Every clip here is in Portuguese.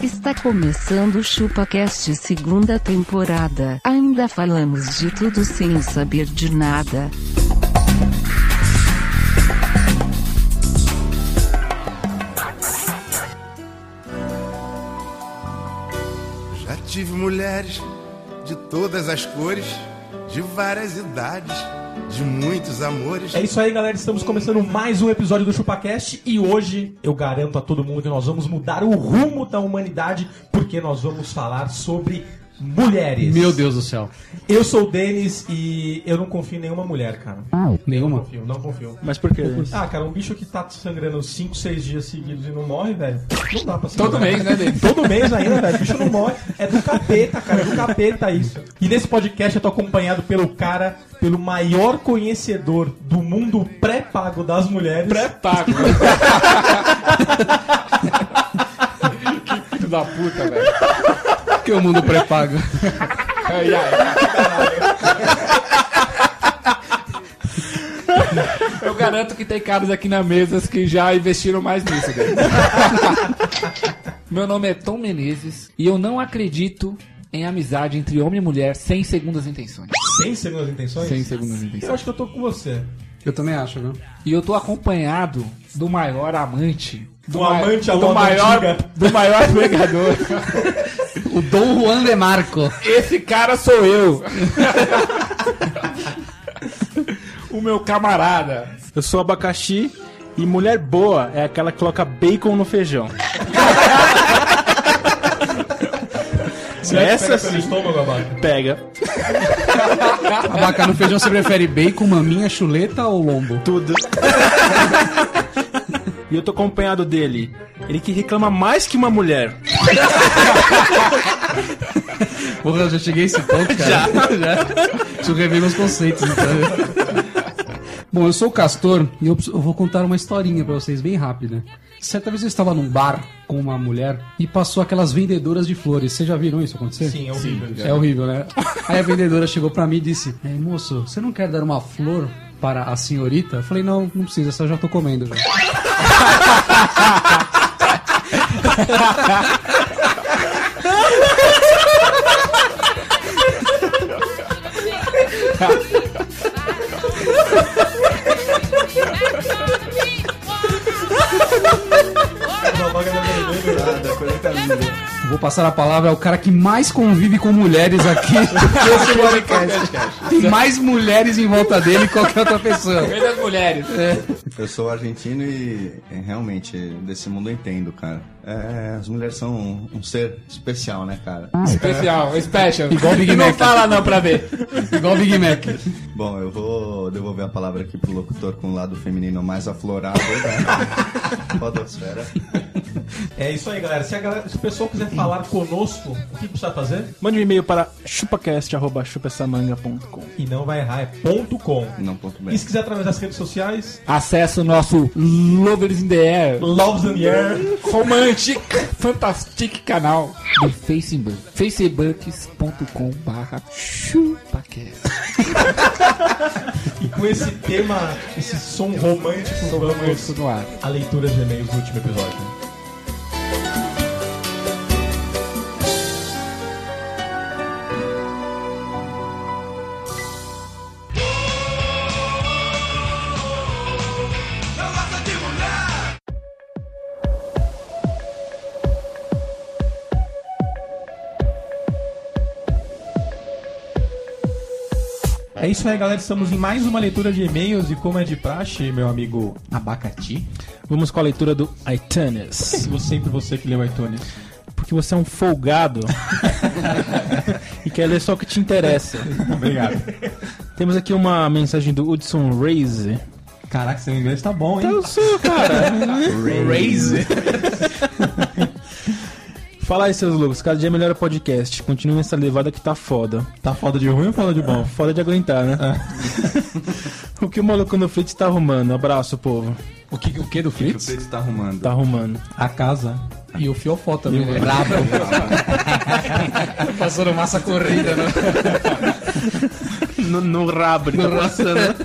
Está começando o ChupaCast segunda temporada. Ainda falamos de tudo sem saber de nada. Já tive mulheres de todas as cores, de várias idades, de muitos amores. É isso aí, galera. Estamos começando mais um episódio do ChupaCast e hoje eu garanto a todo mundo que nós vamos mudar o rumo da humanidade porque nós vamos falar sobre mulheres. Meu Deus do céu. Eu sou o Denis e eu não confio em nenhuma mulher, cara. Não Nenhuma? confio, não confio. Mas por quê? Ah, cara, um bicho que tá sangrando 5, 6 dias seguidos e não morre, velho. Não dá pra se Todo livrar. mês, né, Denis? Todo mês ainda, velho. O bicho não morre. É do capeta, cara. É do capeta isso. E nesse podcast eu tô acompanhado pelo cara, pelo maior conhecedor do mundo pré-pago das mulheres. Pré-pago. que filho da puta, velho. Que o mundo pré-pago. Ai, ai. Eu garanto que tem caras aqui na mesa que já investiram mais nisso, velho. Meu nome é Tom Menezes e eu não acredito em amizade entre homem e mulher sem segundas intenções. Sem segundas intenções? Sem segundas intenções. Eu acho que eu tô com você. Eu também acho, viu? E eu tô acompanhado do maior amante. Do amante à do lona maior, antiga. do maior pegador. O Dom Juan de Marco. Esse cara sou eu. o meu camarada. Eu sou abacaxi e mulher boa é aquela que coloca bacon no feijão. Essa Pega pelo sim estômago, abaca. pega Abaca no feijão, você prefere bacon, maminha, chuleta ou lombo? tudo. E eu tô acompanhado dele. Ele que reclama mais que uma mulher. Porra, eu já cheguei a esse ponto, cara. Já, já. Deixa eu rever meus conceitos, então. Bom, eu sou o Castor e eu, preciso- eu vou contar uma historinha pra vocês bem rápida. Certa vez eu estava num bar com uma mulher e passou aquelas vendedoras de flores. Vocês já viram isso acontecer? Sim, é horrível. É horrível, né? Aí a vendedora chegou pra mim e disse: "É, Moço, você não quer dar uma flor para a senhorita? Eu falei: Não, não precisa, essa eu já tô comendo. Já. Não, abaca tá vermelho. Vou passar a palavra ao cara que mais convive com mulheres aqui. Esse é podcast. Tem mais mulheres em volta dele que qualquer outra pessoa. É. Ele das mulheres. Eu sou argentino e é, realmente desse mundo eu entendo, cara. É, as mulheres são um, um ser especial, né, cara? Especial, special. Igual Big não Mac. fala não pra ver. Igual o Big Mac. Bom, eu vou devolver a palavra aqui pro locutor com o lado feminino mais aflorado da podosfera. É isso aí, galera. Se, a galera. se o pessoal quiser falar conosco, o que precisa fazer? Mande um e-mail para chupacast.chupessamanga.com E não vai errar, é ponto .com. Não, ponto bem. E se quiser através das redes sociais, Acesse o nosso Lovers in the Air. Loves and Air. Romantic Fantastic canal do Facebook. facebook.com barra chupacast. E com esse tema, esse som romântico, Isso vamos no ar. a leitura de e-mails do último episódio. É isso aí, galera. Estamos em mais uma leitura de e-mails e como é de praxe, meu amigo Abacati. Vamos com a leitura do iTunes. Você- Sempre você que leu o iTunes. Porque você é um folgado e quer ler só o que te interessa. Obrigado. Temos aqui uma mensagem do Hudson Raise. Caraca, seu inglês tá bom, hein? Eu sou, cara. Raise. Fala aí, seus loucos. Cada dia melhora o podcast. Continua nessa levada que tá foda. Ah, Tá foda de ruim ou foda de bom? É. Foda de aguentar, né? o que o maluco no Flix tá arrumando? Abraço, povo. O que, o que do Fritz? Você está arrumando. Tá arrumando. A casa. E o Fiofó também, né? Brabo. Passando massa corrida, né? No, no rabo, ele tá passando.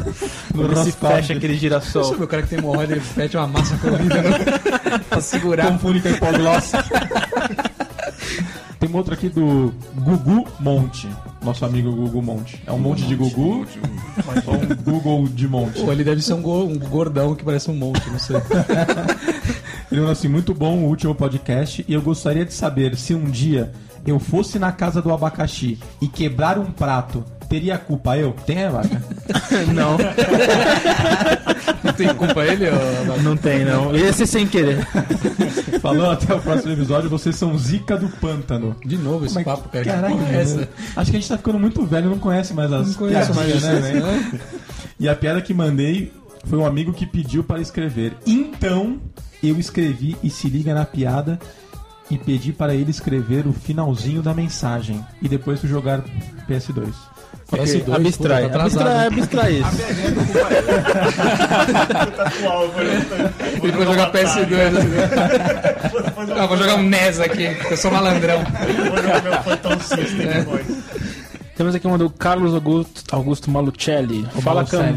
No Ele se raspado. fecha aquele Deixa eu girassol. ver o cara que tem hemorroida, ele pede uma massa corrida, né? Pra segurar. Confunde com a hipoglossa. Tem uma outra aqui do Gugu Monte. Nosso amigo Gugu Monte. É um monte, de Gugu, mas só um Google de monte. Pô, ele deve ser um, go- um gordão que parece um monte, não sei. Ele falou assim, muito bom o último podcast e eu gostaria de saber se um dia eu fosse na casa do abacaxi e quebrar um prato, teria culpa eu? Tem a vaca. Não, Não tem culpa ele, ô, não tem não. Ia ser sem querer. Falou até o próximo episódio, vocês são zica do pântano. De novo esse Como é que- papo, cara. Caraca, que porra é essa? mano. acho que a gente tá ficando muito velho, não conhece mais as Conheço mais piadinhas, né? né? E a piada que mandei foi um amigo que pediu para escrever. Então, eu escrevi e se liga na piada e pedi para ele escrever o finalzinho da mensagem e depois fui jogar PS2. PS2, pô, abstrai, tá atrasado. abstrai, abstrai É isso. Ele vai jogar PS2. Né? Não, vou jogar um NES aqui, porque eu sou malandrão. Temos aqui uma do Carlos Augusto, Augusto Malucelli. Fala, Cam.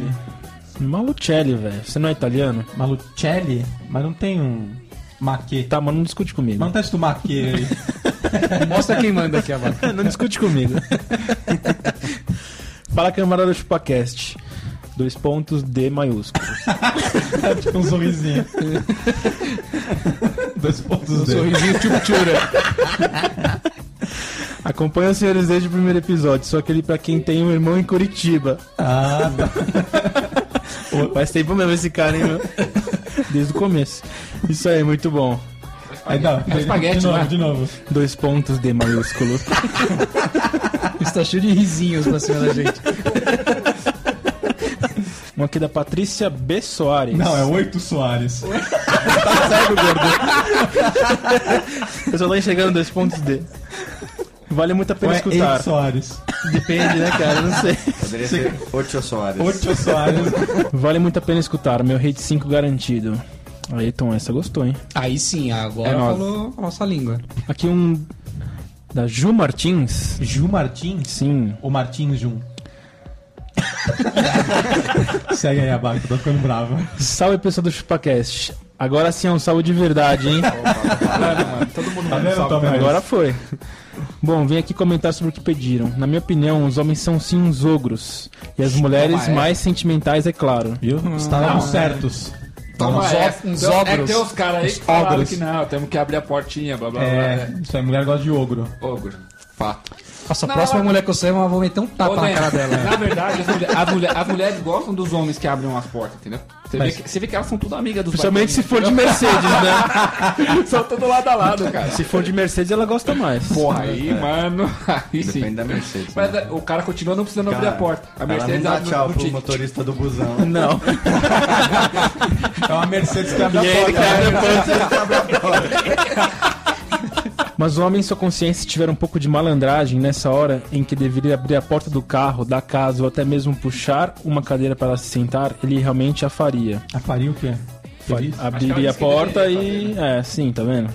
Malucelli, velho. Você não é italiano? Malucelli, mas não tem um maquê. Tá, mas não discute comigo. Manda um teste do maquê aí. Mostra quem manda aqui abaixo. Não discute comigo. Fala, camarada ChupaCast. Dois pontos D maiúsculo. tipo um sorrisinho. Dois pontos dele. Sorrisinho tchupchura. Acompanho os senhores desde o primeiro episódio, só aquele pra quem tem um irmão em Curitiba. Ah, tá. Pô, Faz tempo mesmo esse cara, hein, meu? Desde o começo. Isso aí, muito bom. Aí dá. espaguete, de novo, né? de novo. Dois pontos D maiúsculo. Isso tá cheio de risinhos pra cima da gente. Um aqui da Patrícia B. Soares. Não, é oito Soares. Eu só tô enxergando dois pontos D. Vale muito a Ou pena é escutar. eight Soares. Depende, né, cara? Não sei. Poderia ser Ocho Soares. Oito Soares. Vale muito a pena escutar. Meu rate 5 garantido. Aí, Tom, essa gostou, hein? Aí sim, agora É nós. falou a nossa língua. Aqui um da Ju Martins. Ju Martins? Sim. Ou Martins Jun? Segue aí abaixo, tô ficando bravo. Salve, pessoal do ChupaCast. Agora sim é um salve de verdade, hein? Tá vendo, Tom Hanks? Agora foi. Bom, vim aqui comentar sobre o que pediram. Na minha opinião, os homens são sim uns ogros. E as mulheres é. mais sentimentais, é claro. Viu? Ah. Estavam certos. Toma, Uns é, ó- uns Então, É que ogros. tem os caras aí que falaram ogros. que não, temos que abrir a portinha, blá blá blá. É, É. isso aí, mulher gosta de ogro. Ogro. Fato. Nossa, a próxima mulher que eu saio, eu vou meter um tapa Ô, na Dani, cara dela. Na verdade, as, mulher- as mulher- as mulheres gostam dos homens que abrem umas portas, entendeu? Você, vê, que, você vê que elas são tudo amigas dos Principalmente se for de Mercedes, né? bacaninhas. São tudo lado a lado, cara. Se for de Mercedes, ela gosta mais. Porra, aí, mano. Aí sim. É. Depende da Mercedes. Mas né? é, o cara continua não precisando abrir Cara, a porta. A Ela não Mercedes dá abre no- tchau no pro tique. motorista do busão. Não. É uma Mercedes que abre a ele porta. né? quebra a porta. Mas o homem em sua consciência tiver um pouco de malandragem nessa hora em que deveria abrir a porta do carro, da casa ou até mesmo puxar uma cadeira para ela se sentar, ele realmente a faria. A Ah, faria o quê? Feliz? Acho que Abriria ela a disse que porta deveria e. É, sim, tá vendo?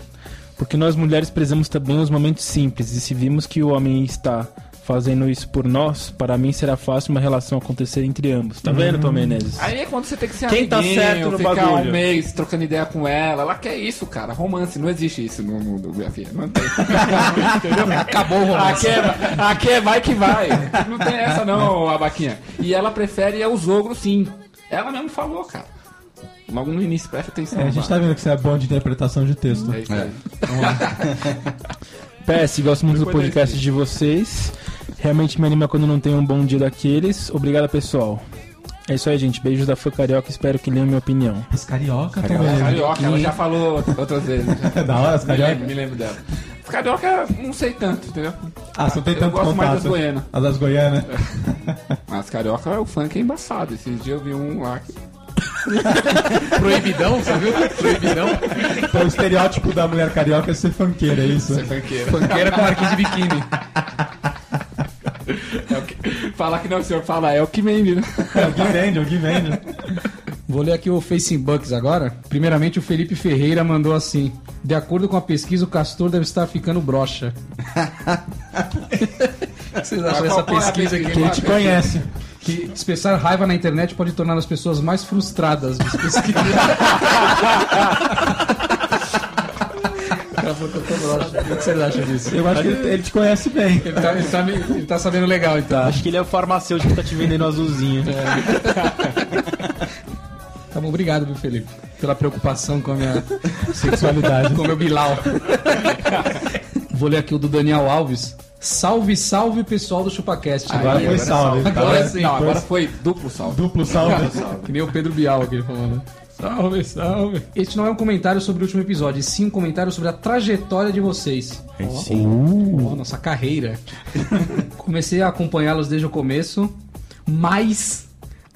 Porque nós mulheres prezamos também os momentos simples, e se vimos que o homem está fazendo isso por nós, para mim será fácil uma relação acontecer entre ambos. Tá vendo, Tom Menezes? Aí é quando você tem que ser Quem tá amiguinho, certo no ficar bagulho? um mês trocando ideia com ela. Ela quer isso, cara. Romance, não existe isso no mundo, minha filha. Não tem. Acabou o Aqui romance. é, aqui é vai que vai. Não tem essa não, Abaquinha. E ela prefere é os ogros sim. Ela mesmo falou, cara. Logo no início, presta atenção. É, a gente tá mano. vendo que você é bom de interpretação de texto. É isso aí. PS, gosto muito do Depois podcast de vocês. Realmente me anima quando não tem um bom dia daqueles. Obrigado, pessoal. É isso aí, gente. Beijos da Fã Carioca. Espero que leiam minha opinião. Mas carioca, também. Carioca, ela já falou outras vezes. né? É da hora, as Me lembro, cariocas. me lembro dela. Carioca, não sei tanto, entendeu? Ah, você não tem Eu tanto gosto mais das contato. goianas. É. As das goianas. Mas carioca, o funk é embaçado. Esses dias eu vi um lá que Proibidão, você viu? Proibidão. Então, o estereótipo da mulher carioca é ser funkeira, é isso? é funkeiro. Panqueira com marquinhos de biquíni. É o que- Falar que não, o senhor fala, é o que vende, né? Alguém vende, alguém vende. Vou ler aqui o Facebooks agora. Primeiramente, o Felipe Ferreira mandou assim: De acordo com a pesquisa, o castor deve estar ficando broxa. O que Vocês acham Mas qual dessa é Tá a pesquisa aqui? pesquisa? Te conhece. Que expressar raiva na internet pode tornar as pessoas mais frustradas. diz pesquisa. falou que eu tô broxa. O que vocês acham disso? Eu acho que ele, ele te conhece bem. Ele tá, ele tá me- ele tá sabendo legal, então. Acho que ele é o farmacêutico que tá te vendendo azulzinho. É, Tá bom, obrigado, viu, Felipe? Pela preocupação com a minha sexualidade. com o meu Bilal. Vou ler aqui o do Daniel Alves. Salve, salve, pessoal do ChupaCast. Agora foi salve. salve. tá? Agora Agora sim, Não, agora agora foi duplo salto. Duplo salve. Que nem o Pedro Bial aqui falando. Salve, salve. Este não é um comentário sobre o último episódio, e sim um comentário sobre a trajetória de vocês. Sim. nossa carreira. Comecei a acompanhá-los desde o começo, mas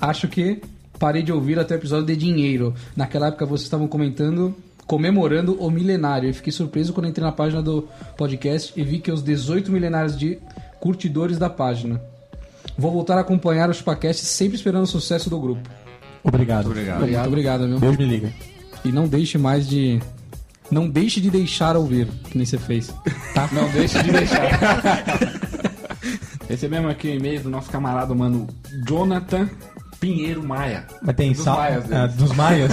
acho que parei de ouvir até o episódio de dinheiro. Naquela época vocês estavam comentando, comemorando o milenário. E fiquei surpreso quando entrei na página do podcast e vi que os 18 milenários de curtidores da página. Vou voltar a acompanhar o Chupacast sempre esperando o sucesso do grupo. Obrigado. Muito obrigado, meu. Deus me liga. E não deixe mais de. Não deixe de deixar ouvir, que nem você fez. Tá? Não deixe de deixar. Recebemos aqui o e-mail do nosso camarada mano Jonathan Pinheiro Maia. Mas tem Dos salve. maias né? deles. Ah, dos maias?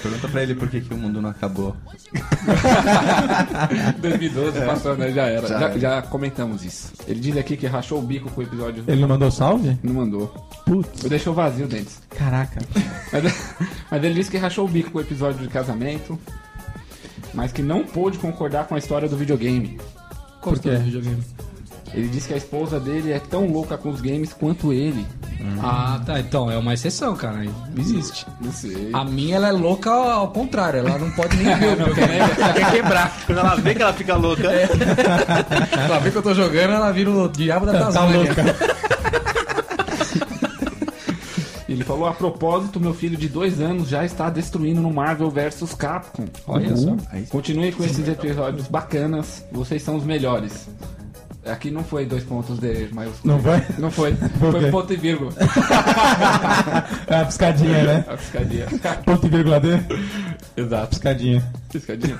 Pergunta pra ele por que, que o mundo não acabou. 2012 passou, né? Já era. Já Já, era. já comentamos isso. Ele diz aqui que rachou o bico com o episódio. Ele não mandou salve? Não mandou. Putz. Eu deixou vazio dentes. Caraca. Mas, mas ele disse que rachou o bico com o episódio de casamento. Mas que não pôde concordar com a história do videogame. Por quê? Ele disse que a esposa dele é tão louca com os games quanto ele. Hum. Ah, tá. Então, é uma exceção, cara. Não Existe. Não sei. A minha, ela é louca ao ao contrário. Ela não pode nem ver. o meu. Quer quebrar. Quando ela vê que ela fica louca, É. ela vê que eu tô jogando, ela vira o diabo da Tá Tasmania. louca. Ele falou, a propósito, meu filho de dois anos já está destruindo no Marvel vs Capcom. Uhum. Olha só. Continue com esses episódios bacanas, vocês são os melhores. Aqui não foi dois pontos de maiúsculo. Não vai? Não foi. Por quê? Foi ponto e vírgula. É a piscadinha, né? A piscadinha. Ponto e vírgula D? Exato. Piscadinha. Piscadinha.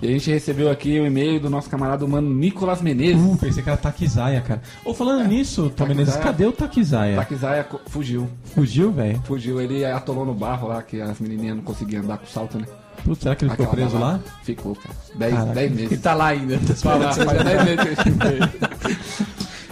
E a gente recebeu aqui o e-mail do nosso camarada humano Nicolas Menezes. Uh, pensei que era Takizaya, cara. Ô, falando nisso, Tom Menezes, cadê o Takizaya? Takizaya co- fugiu. Fugiu, velho? Fugiu. Ele atolou no barro lá, que as menininhas não conseguiam andar com salto, né? Putz, será que ele ficou Aquela preso lá? balada. Ficou, cara. Dez, Caraca. dez meses. E tá lá ainda. Vai lá, faz 10 meses que eu escutei.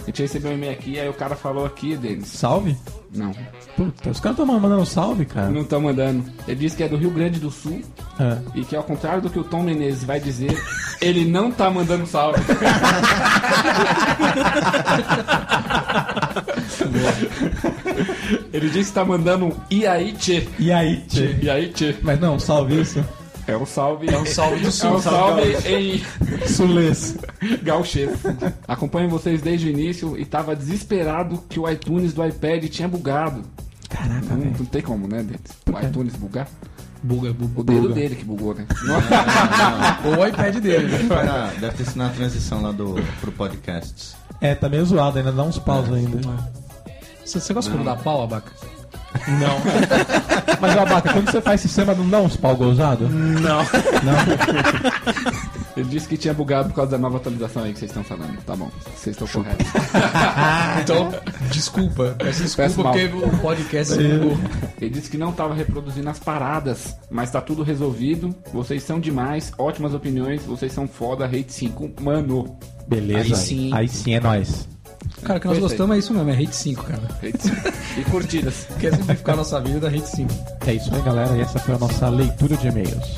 A gente recebeu um e-mail aqui, aí o cara falou aqui, Denis. Salve? Não, Puta, os caras estão mandando salve, cara. não estão mandando. Ele disse que é do Rio Grande do Sul É. e que, ao contrário do que o Tom Menezes vai dizer, ele não tá mandando salve. ele disse que tá mandando um e aí, tchê. E aí, tchê? E aí, tchê. Mas não, salve isso. É um salve. É um Salve do É sul. um salve em Sulês. Gauchês. Acompanho vocês desde o início e tava desesperado que o iTunes do iPad tinha bugado. Caraca, Não, velho. não tem como, né, Denis? O iTunes bugar? Buga, buga. O dedo dele que bugou, né? Ou o iPad dele. né? Foi na- deve ter sido na transição lá do, pro podcast. É, tá meio zoado, ainda dá uns paus ainda. Você, você gosta quando dá pau, abaca? Mas, Abaca, quando você faz sistema, não dá uns pau gozado? não. Ele disse que tinha bugado por causa da nova atualização aí que vocês estão falando. Tá bom, vocês estão corretos. Então, desculpa. Peço Peço desculpa mal. porque o podcast bugou. Ele disse que não tava reproduzindo as paradas, mas tá tudo resolvido. Vocês são demais, ótimas opiniões, vocês são foda, hate 5, mano. Beleza. Aí sim. Aí sim é nóis. Cara, o que nós Perfeito. gostamos é isso mesmo, é Hate 5, cara. Hate 5. E curtidas. Quer simplificar a nossa vida da Hate 5. É isso aí, galera. E essa foi a nossa leitura de e-mails.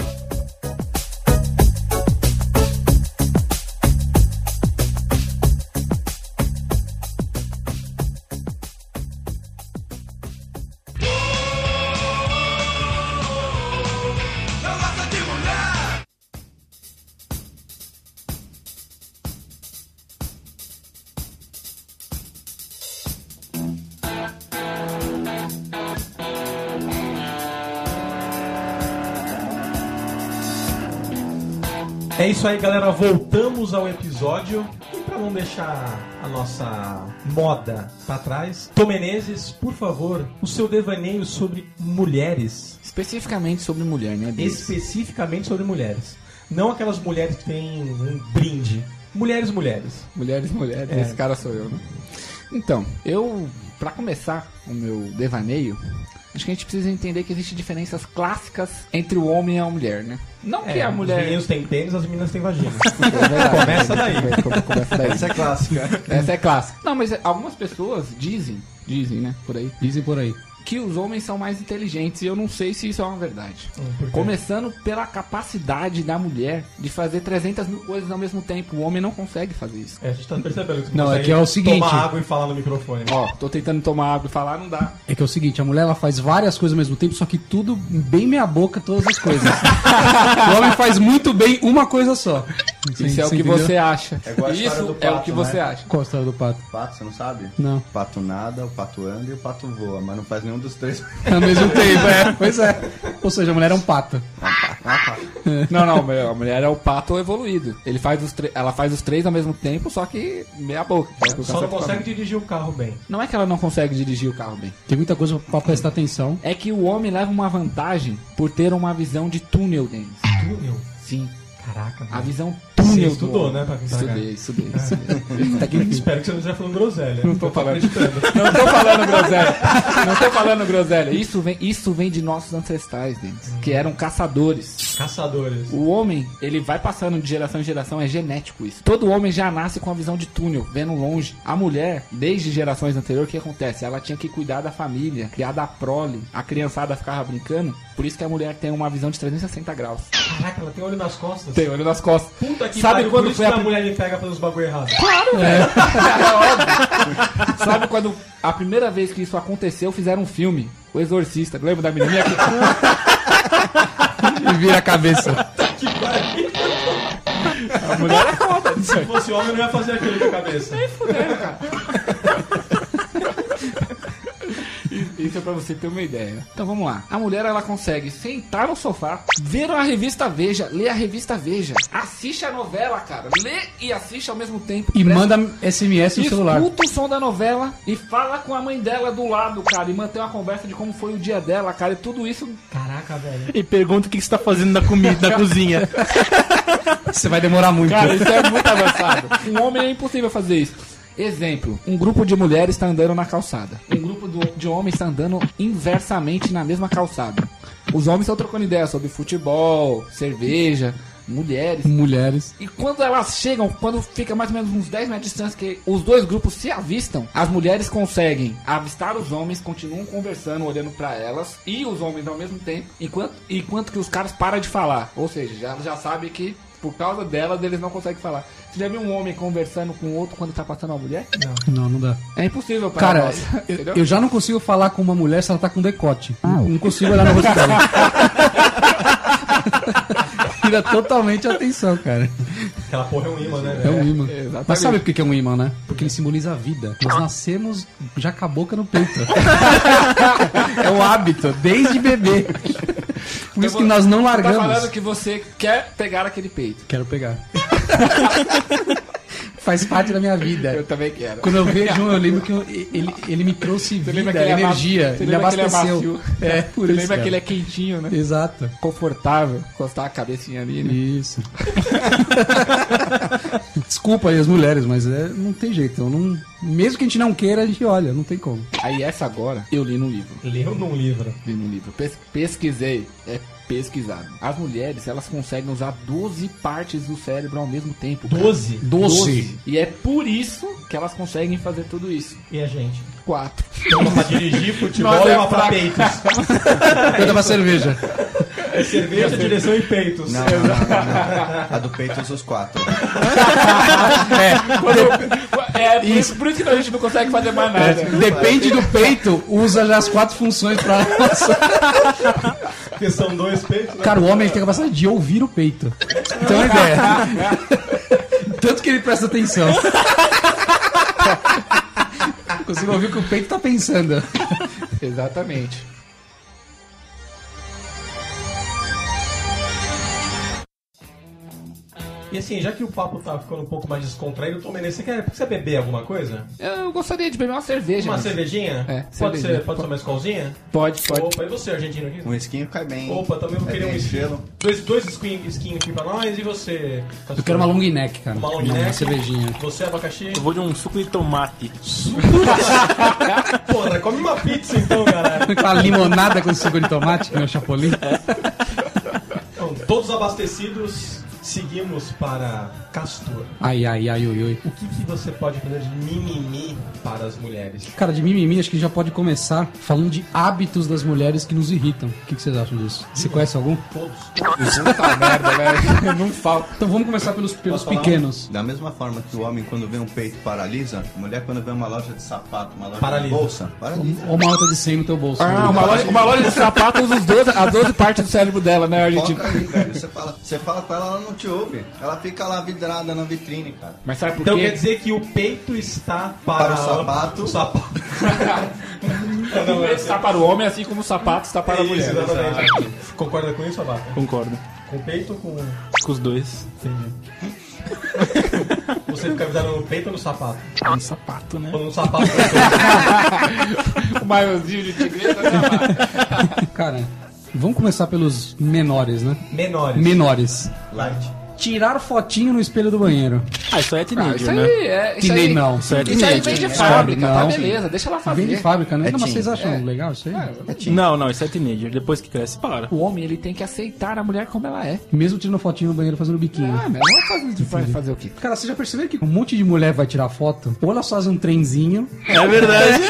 É isso aí, galera. Voltamos ao episódio. E pra não deixar a nossa moda pra trás, Tom Menezes, por favor, o seu devaneio sobre mulheres, Especificamente sobre mulher, né, Denis? especificamente sobre mulheres. Não aquelas mulheres que têm um brinde. Mulheres, mulheres. Mulheres, mulheres. É. Esse cara sou eu, né? Então, eu, pra começar o meu devaneio, Acho que a gente precisa entender que existem diferenças clássicas entre o homem e a mulher, né? Não É, É, que a Os mulher. meninos têm pênis, as meninas têm vagina. É verdade. Começa daí. Começa daí. Essa é clássica. Essa é clássica. Não, mas algumas pessoas dizem, dizem, né, por aí, Dizem por aí. que os homens são mais inteligentes e eu não sei se isso é uma verdade. Hum. por quê? Começando pela capacidade da mulher de fazer 300 mil coisas ao mesmo tempo. O homem não consegue fazer isso. É, a gente tá percebendo que você Não, consegue é que é o seguinte- Tomar água e falar no microfone. Ó, tô tentando tomar água e falar, não dá. É que é o seguinte, a mulher ela faz várias coisas ao mesmo tempo, só que tudo bem meia boca, todas as coisas. o homem faz muito bem uma coisa só. isso é o que você acha. É igual a história isso é do o pato, que né? você acha. Qual a história do pato? Pato, você não sabe? Não. O pato nada, o pato anda e o pato voa, mas não faz nenhum dos três. Ao mesmo tempo, é. Pois é. Ou seja, a mulher é um pato. Não, não, meu, a mulher é o pato evoluído. Ele faz os tre- ela faz os três ao mesmo tempo, só que meia boca. Só não consegue dirigir o carro bem. Não é que ela não consegue dirigir o carro bem. Tem muita coisa pra prestar atenção. é que o homem leva uma vantagem por ter uma visão de túnel, Denis. Túnel. Sim. Caraca, A mano. visão Você túnel. do estudou, homem. né, pra vir pra cá. Estudei, estudei, estudei. Tá aqui Espero que você não esteja falando groselha. Não tô falando. Não tô falando groselha. Não tô falando groselha. Isso vem, isso vem de nossos ancestrais, Denis, que eram caçadores. Caçadores. O homem, ele vai passando de geração em geração, é genético isso. Todo homem já nasce com a visão de túnel, vendo longe. A mulher, desde gerações anteriores, o que acontece? Ela tinha que cuidar da família, criar da prole, a criançada ficava brincando. Por isso que a mulher tem uma visão de 360 graus. Caraca, ela tem olho nas costas. Tem olho nas costas. Puta que Sabe pariu, quando por isso foi que a a mulher me pega pelos bagulho errado. Sabe quando a primeira vez que isso aconteceu, fizeram um filme. O Exorcista, lembra da menininha que... E vira a cabeça. Se fosse homem, eu não ia fazer aquilo com a cabeça. Isso é pra você ter uma ideia. Então vamos lá. A mulher ela consegue sentar no sofá, ver a revista Veja, ler a revista Veja, assiste a novela, cara. Lê e assiste ao mesmo tempo. E Presta- manda SMS no celular. Escuta o som da novela e fala com a mãe dela do lado, cara. E mantém uma conversa de como foi o dia dela, cara. E tudo isso. Caraca, velho. E pergunta o que que você tá fazendo na comida, na cozinha. Você vai demorar muito. Cara, isso é muito avançado. Um homem é impossível fazer isso. Exemplo, um grupo de mulheres está andando na calçada. Um grupo do- de homens está andando inversamente na mesma calçada. Os homens estão trocando ideias sobre futebol, cerveja, mulheres. Mulheres. E quando elas chegam, quando fica mais ou menos uns 10 metros de distância que os dois grupos se avistam, as mulheres conseguem avistar os homens, continuam conversando, olhando pra elas e os homens ao mesmo tempo, enquanto, enquanto que os caras param de falar. Ou seja, já, já sabe que por causa delas eles não conseguem falar. Você já viu um homem conversando com outro quando tá passando uma mulher? Não, não dá. É impossível para Cara, nós, eu, entendeu? eu já não consigo falar com uma mulher se ela tá com decote. Não, não consigo olhar no rosto dela. Tira totalmente a atenção, cara. Aquela porra é um imã, né, É velho? um imã. exatamente. Mas sabe por que que é um imã, né? Porque ele simboliza a vida. Nós nascemos já com a boca no peito. é um hábito, desde bebê. Por isso que nós não Tá falando largamos. que você quer pegar aquele peito. Quero pegar. Faz parte da minha Eu vida. também quero. Quando eu vejo um, eu lembro que eu- ele, ele me trouxe Você vida, lembra que ele é energia, macio? Você ele lembra que ele é abasteceu. macio? É, por isso. Você lembra cara. que ele é quentinho, né? Exato. Confortável, encostar a cabecinha ali, né? Isso. Desculpa aí as mulheres, mas é, não tem jeito. Eu não, mesmo que a gente não queira, a gente olha, não tem como. Aí essa agora eu li no livro. Leu num livro. Li no livro. Pes- pesquisei. É pesquisado. As mulheres, elas conseguem usar 12 partes do cérebro ao mesmo tempo. 12. Doze. E é por isso que elas conseguem fazer tudo isso. E a gente? Quatro. Tem uma pra dirigir, futebol Nós e é uma pra fraco. peitos. Eu tava é cerveja. Cerveja, direção e peitos. Não, não, não, não, não. A do peito usa os quatro. Quando- é por isso, por isso que a gente não consegue fazer mais nada. Depende do peito, usa já as quatro funções pra. Porque são dois peitos. né? Cara, o homem ele tem a capacidade de ouvir o peito. Então é ideia. Tanto que ele presta atenção. Consigo ouvir o que o peito tá pensando. É. Exatamente. E assim, já que o papo tá ficando um pouco mais descontraído, Tom Menezes, você quer você quer beber alguma coisa? Eu gostaria de beber uma cerveja. Uma mas- cervejinha? É, pode, cervejinha. Ser, pode ser uma escolzinha? Pode, pode. É Opa, e você, argentino aqui? Um esquinho cai bem. hein? Opa, também vou Cai querer bem, um gelo. esquilo. Dois, dois skin, skin aqui pra nós e você. Eu quero uma long neck, cara. Uma long Não, neck. Uma cervejinha. Você, abacaxi? Eu vou de um suco de tomate. Porra, come uma pizza então, galera. Aquela limonada com suco de tomate, meu chapolim. Então, todos abastecidos, seguimos para Castor. Ai, ai, ai, ui, ui. O que, que você pode fazer de mimimi para as mulheres? Cara, de mimimi, acho que já pode começar falando de hábitos das mulheres que nos irritam. O que, que vocês acham disso? Você conhece algum? Todos. Puta merda, velho. Não falta. Então vamos começar pelos, pelos Posso falar? pequenos. Da mesma forma que o homem quando vê um peito paralisa, a mulher quando vê uma loja de sapato, uma loja Paralisa. de bolsa, paralisa. Ou uma nota de 100 no teu bolso. Ah, uma loja, uma loja de sapatos, os 12, as 12 partes do cérebro dela, né, Foca Argentina? aí, velho. Você fala, você fala com ela, ela não te ouve. Ela fica lá vidrada na vitrine, cara. Mas sabe por Então quer quê? dizer que o peito está para, Para o sapato. O sapato. Não, é está para o homem, assim como o sapato está para a Isso, mulher. né? exatamente. Concorda com isso, Abaca? Concordo. Com o peito ou com. Com os dois. Entendi. Você fica vidrado no peito ou no sapato? Um sapato, né? Ou no sapato? O maiozinho de tigre. é assim. Cara, vamos começar pelos menores, né? Menores. Menores. Light. Tirar fotinho no espelho do banheiro. Ah, isso aí é Ah, teenager, isso né? aí é. Isso Tinei aí, não. Isso aí é Isso aí teenager. vem de Não, fábrica, tá não. beleza, deixa ela fazer. Vem de fábrica, né? É não, mas teen, vocês acham é. legal isso aí? Não, não, isso é teenager. Depois que cresce, para. O homem, ele tem que aceitar a mulher como ela é. Mesmo tirando fotinho no banheiro fazendo biquinho. Ah, mas ela faz- vai fazer o quê? Cara, vocês já perceberam que um monte de mulher vai tirar foto? Ou elas fazem um trenzinho, É verdade.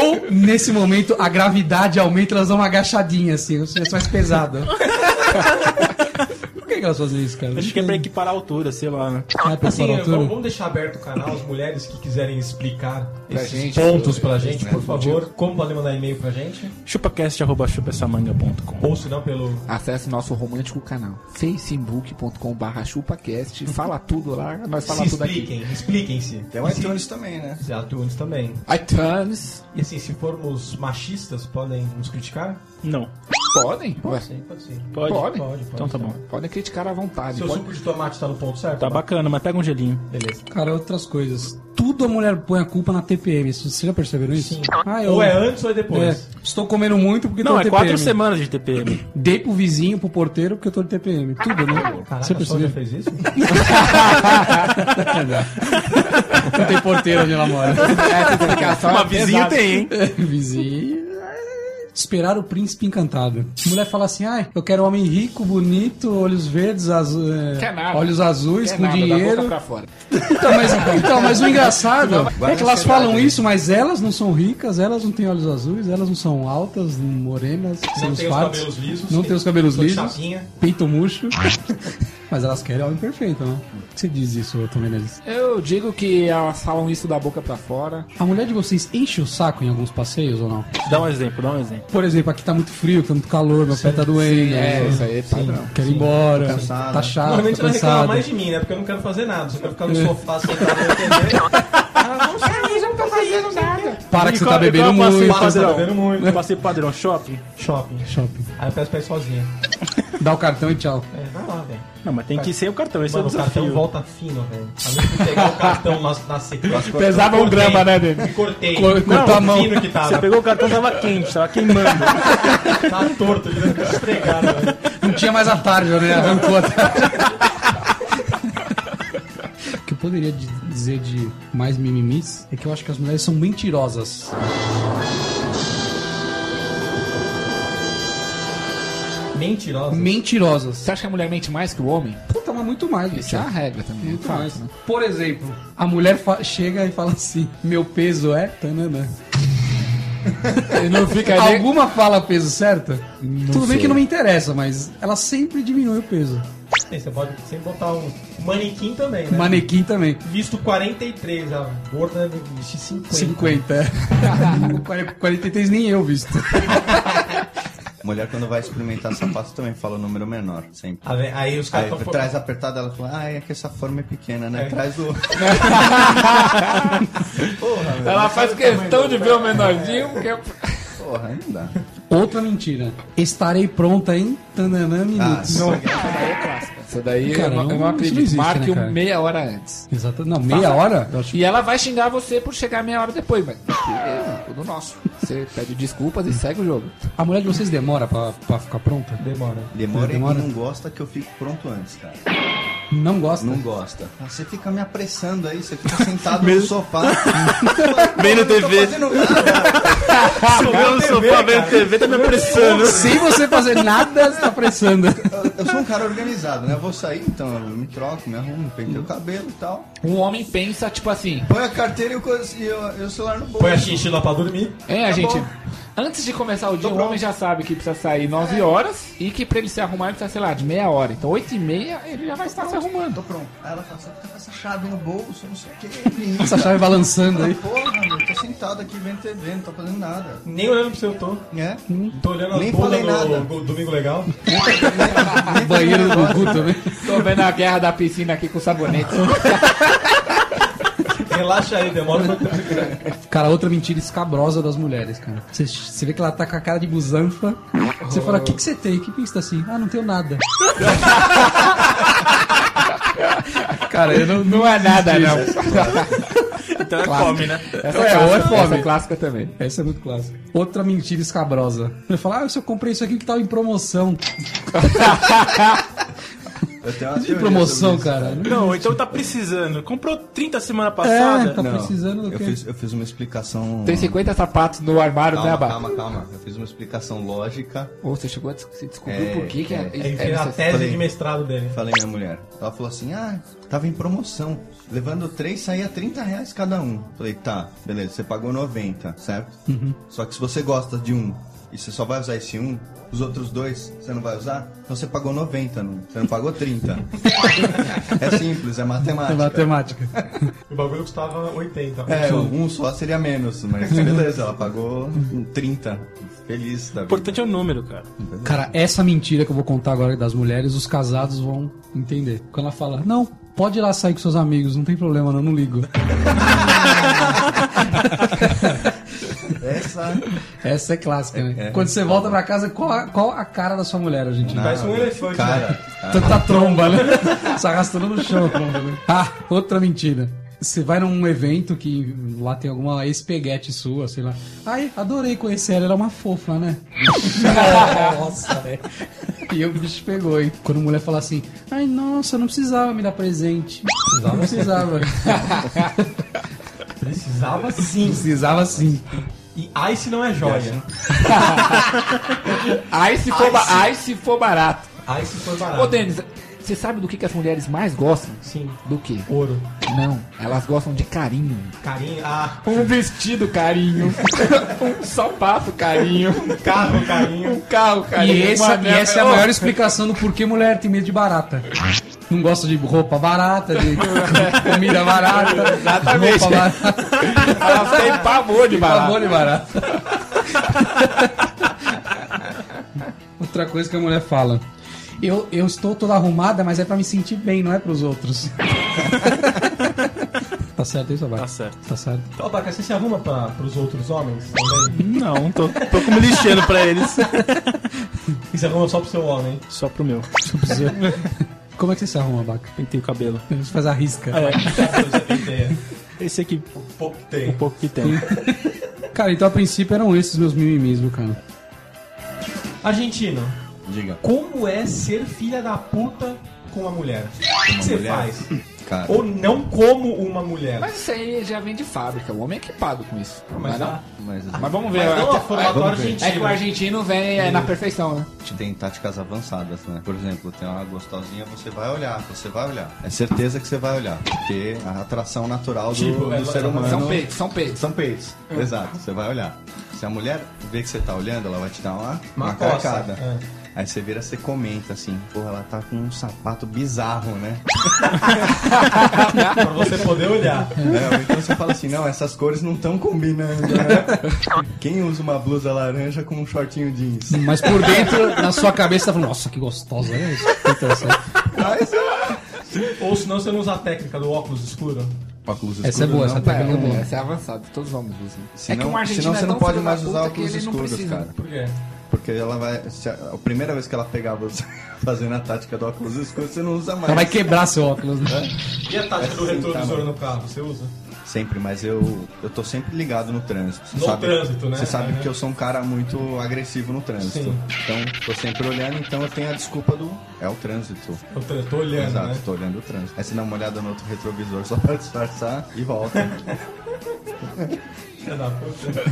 ou nesse momento a gravidade aumenta e elas dão uma agachadinha assim, ou seja, é mais pesada. Por que, que elas fazem isso, cara? Acho que é pra equiparar a altura, sei lá, né? Ah, é pra Assim, falar vamos- tudo? vamos deixar aberto o canal, as mulheres que quiserem explicar esses gente, pontos pra gente, por favor. Como podem mandar e-mail pra gente? chupacast.chupessamanga.com Ou se não, pelo. Acesse nosso romântico canal, facebook.com.br chupacast, fala tudo lá, nós Se fala tudo aqui. expliquem, expliquem-se. Tem o iTunes também, né? Se iTunes também. iTunes, E assim, se formos machistas, podem nos criticar? Não. podem? Ué, Sim, pode sim. Pode? Pode. Pode, pode. Então tá bom. podem criticar à vontade. Seu Pode... suco de tomate tá no ponto certo? Tá bacana, mas pega um gelinho. Beleza. Cara, outras coisas. Tudo a mulher põe a culpa na TPM. Vocês já perceberam isso? Ah, eu... Ou é antes ou é depois? É, estou comendo muito porque Não, tô é de quatro TPM. semanas de TPM. Dei pro vizinho, pro porteiro, porque eu tô de TPM. Tudo, né? Você Caraca, a Sônia percebeu? fez isso? Não tem porteiro onde ela mora. Uma vizinha tem, hein? Vizinho. é Esperar o príncipe encantado. Mulher fala assim: ai, eu quero um homem rico, bonito, olhos verdes, azu- é, Quer nada. olhos azuis, Quer com é nada, da boca dinheiro. pra fora. Então mas, então, mas o engraçado é que elas ansiedade, falam né? isso, mas elas não são ricas, elas não têm olhos azuis, elas não são altas, morenas, Não são tem os cabelos fartos, lisos. não tem os cabelos Sou de lisos, chapinha. peito murcho. Mas elas querem homem perfeito, né? O que você diz isso, Tom Menezes? Eu digo que elas falam isso da boca pra fora. A mulher de vocês enche o saco em alguns passeios ou não? Dá um exemplo, dá um exemplo. Por exemplo, aqui tá muito frio, tá muito calor, meu pé tá doendo. É, eu isso aí é padrão. Quero ir embora, cansado. tá chato, né? Normalmente tô ela reclama cansado. mais de mim, né? Porque eu não quero fazer nada. Você quer ficar no sofá sentado Ah, na TV. Para que você tá bebendo qual é o passeio muito. Tá padrão? bebendo muito. Passei padrão, shopping. Shopping. Shopping. Aí eu peço pra ir sozinha. Dá o cartão e tchau. É, vai lá, velho. Não, mas tem que ser o cartão, esse Mano, é o o cartão desafio. volta fino, velho. Além de pegar o cartão na, na sequência. Pesava um grama, né, Dani? Me cortei. Cor- cortou a mão. fino que tava. Você pegou o cartão, tava quente, tava queimando. Tá torto, ele deve ficar esfregado, velho. Não tinha Um mais a tarja, né? Arrancou a tarja. O que eu poderia di- dizer de mais mimimis é que eu acho que as mulheres são mentirosas. Mentirosa. Mentirosas. um Você acha que a mulher mente mais que o homem? Puta, mas muito mais, Isso bicho. Ah, é uma regra também. Muito Fala, mais. né? Por exemplo, a mulher fa- chega e fala assim: Meu peso é. Tananã. Ele não fica nem... Alguma fala peso certa? Tudo bem sei. que não me interessa, mas ela sempre diminui o peso. Aí Você pode sempre botar um manequim também, É. né? Manequim também. Visto 43, a gorda veste 50. é. 50. O 40 43 nem eu visto. Mulher quando vai experimentar sapato também fala o número menor, sempre. Ah, velho, Aí os Aí tá caras tão fo- traz apertada, ela fala, ah, é que essa forma é pequena, né? É. Traz o. Ela faz questão de ver o menorzinho, porque... Porra, aí não dá. Outra mentira. Estarei pronta em tananã Ah, minutos. isso Não. aqui é- Isso daí Cara, eu, não, não- eu não isso acredito. não existe, Marque né, cara? meia hora antes. Exato. Não, meia hora? Eu acho- E ela vai xingar você por chegar meia hora depois, mas é tudo nosso. Você pede desculpas e segue o jogo. A mulher de vocês demora pra, pra ficar pronta? Demora. Demora e Demora. não gosta que eu fico pronto antes, cara. Não gosta? Não gosta. Ah, Você fica me apressando aí, você fica sentado no sofá. Vendo TV. Subiu no sofá, vendo TV, tá me apressando. Sem você fazer nada, você tá apressando. Eu- Eu sou um cara organizado, né? Eu vou sair, então eu me troco, me arrumo, pentei o cabelo e tal. Um homem pensa, tipo assim, Põe a carteira e o, coisa- e o- e o celular no bolso. Põe a xixi lá pra dormir. é, Tá gente. bom. Antes de começar o dia, o homem já sabe que precisa sair 9 horas e que pra ele se arrumar ele precisa, sei lá, de meia hora. Então 8 e meia ele já vai estar se arrumando. Tô pronto. Aí ela fala, você tá com essa chave no bolso, não sei o que. Essa chave balançando aí. Porra, meu, tô sentado aqui vendo TV, não tô fazendo nada. Nem olhando pro seu tô. É? Tô olhando as Nem bundas falei do nada. do Domingo Legal. Banheiro do Gugu também. Tô vendo a guerra da piscina aqui com sabonete. Relaxa aí, demora pra tempo. Cara, outra mentira escabrosa das mulheres, cara. Você, você vê que ela tá com a cara de busanfa. Você fala, o que, que você tem? que pensa assim? Ah, não tenho nada. cara, eu não... Não é nada, não. Então é fome, né? Essa é, clássica, essa clássica também. Essa é muito clássica. Outra mentira escabrosa. Você fala, ah, se eu comprei isso aqui que tava em promoção. Eu tenho uma De teoria promoção, sobre isso. cara. Não, então tá precisando. Comprou 30 semana É, passada. tá Não, precisando do eu quê? fiz, eu fiz uma explicação. Tem 50 sapatos no armário, né, Calma, Abá? calma, calma. Eu fiz uma explicação lógica. Ou você chegou a des- se descobrir É, por que, que é, é. é, Ele é fez a necessário. tese Falei. de mestrado dele. Falei minha mulher. Ela falou assim: ah, tava em promoção. Levando três saía 30 reais cada um. Falei, tá, beleza, você pagou 90, certo? Uhum. Só que se você gosta de um e você só vai usar esse um, os outros dois você não vai usar? Então você pagou 90, não, você não pagou 30. é simples, é É matemática. matemática. O bagulho custava 80. É, um só seria menos, mas beleza, ela pagou 30. Feliz da O vida. importante é o número, cara. Cara, essa mentira que eu vou contar agora das mulheres, os casados vão entender. Quando ela fala, não, pode ir lá sair com seus amigos, não tem problema, não, não ligo. Essa. Essa é clássica, né? Quando você volta pra casa, qual a, qual a cara da sua mulher, a gente? Parece um elefante, Cara, né? Tanta tromba, né? Se arrastando no chão a tromba, né? Ah, outra mentira. Você vai num evento que lá tem alguma espeguete sua, sei lá. Ai, adorei conhecer ela, ela é uma fofa, né? nossa, é. velho. E o bicho pegou, hein? Quando a mulher fala assim, ai, nossa, não precisava me dar presente. Não precisava. Precisava sim. precisava sim. E Ice não é joia. Ai, se for, ba- ai, se for barato. Ice foi barato. Ô, Denis, você sabe do que, que as mulheres mais gostam? Sim. Do que? Ouro. Não, elas gostam de carinho. Carinho. Ah, Um vestido carinho. um sapato carinho. carro, carinho. Um carro E, carinho. essa, e uma essa é a neve- maior explicação do porquê mulher tem medo de barata. Não gosta de roupa barata, de comida barata, Exatamente. roupa barata, Oh, Elas têm pavor um de barato. sabor de barata. Outra coisa que a mulher fala. Eu, eu estou toda arrumada, mas é pra me sentir bem, não é pros outros. tá certo isso, Abaca? Tá certo. Tá certo. Ô, Baca, então, você se arruma pra, pros outros homens também? Não, tô, tô como lixando pra eles. E se arruma só pro seu homem? Só pro meu. Como é que você se arruma, Abaca? Pentei o cabelo. Você faz a risca. Esse aqui, Pouco tem. o pouco que tem. Cara, então a princípio eram esses meus mimimis, meu cara. Argentino, Diga, como é ser filha da puta com a mulher? O que você mulher? faz? cara. Ou não como uma mulher? Mas isso aí já vem de fábrica. O homem é equipado com isso. Mas, Mas, não? ah, Mas a mas vamos ver. né? mas não a formatória vamos ver. argentina. é que o argentino vem é, na perfeição, né? gente tem táticas avançadas, né? Por exemplo, tem uma gostosinha, você vai olhar, você vai olhar. É certeza que você vai olhar. Porque a atração natural do, Tipo, do é, ser humano. São peitos, É. são peitos. São peitos. Exato, você vai olhar. Se a mulher vê que você tá olhando, ela vai te dar uma, Uma uma, coça, carcada. é. Aí você vira, você comenta assim, porra, ela tá com um sapato bizarro, né? Pra você poder olhar. É, ou então você fala assim, não, essas cores não estão combinando, né? Quem usa uma blusa laranja com um shortinho jeans? Mas por dentro, na sua cabeça, você tá falando, nossa, que gostosa, Então, olha isso. Que interessante. Ou senão você não usa a técnica do óculos escuro. óculos escuros. Essa é boa, não. essa tá é, pegando boa. né? essa é avançada, todos os homens usam. é Senão, que um argentino senão você é não tão pode filho da mais puta usar que óculos ele não escuros, precisa. cara. Por quê? Porque ela vai. se a, a primeira vez que ela pegar você fazendo a tática do óculos escuros, você não usa mais. Ela vai quebrar seu óculos, né? E a tática do Essa retrovisor tá, no carro, você usa? Sempre, mas eu, eu tô sempre ligado no trânsito. Você No trânsito, né? Você sabe Aham. que eu sou um cara muito agressivo no trânsito. Sim. Então, tô sempre olhando, então eu tenho a desculpa do. É o trânsito. Eu tô- eu tô olhando, Exato, né? tô olhando o trânsito. Aí você dá uma olhada no outro retrovisor só pra disfarçar e volta. É, Filha da puta.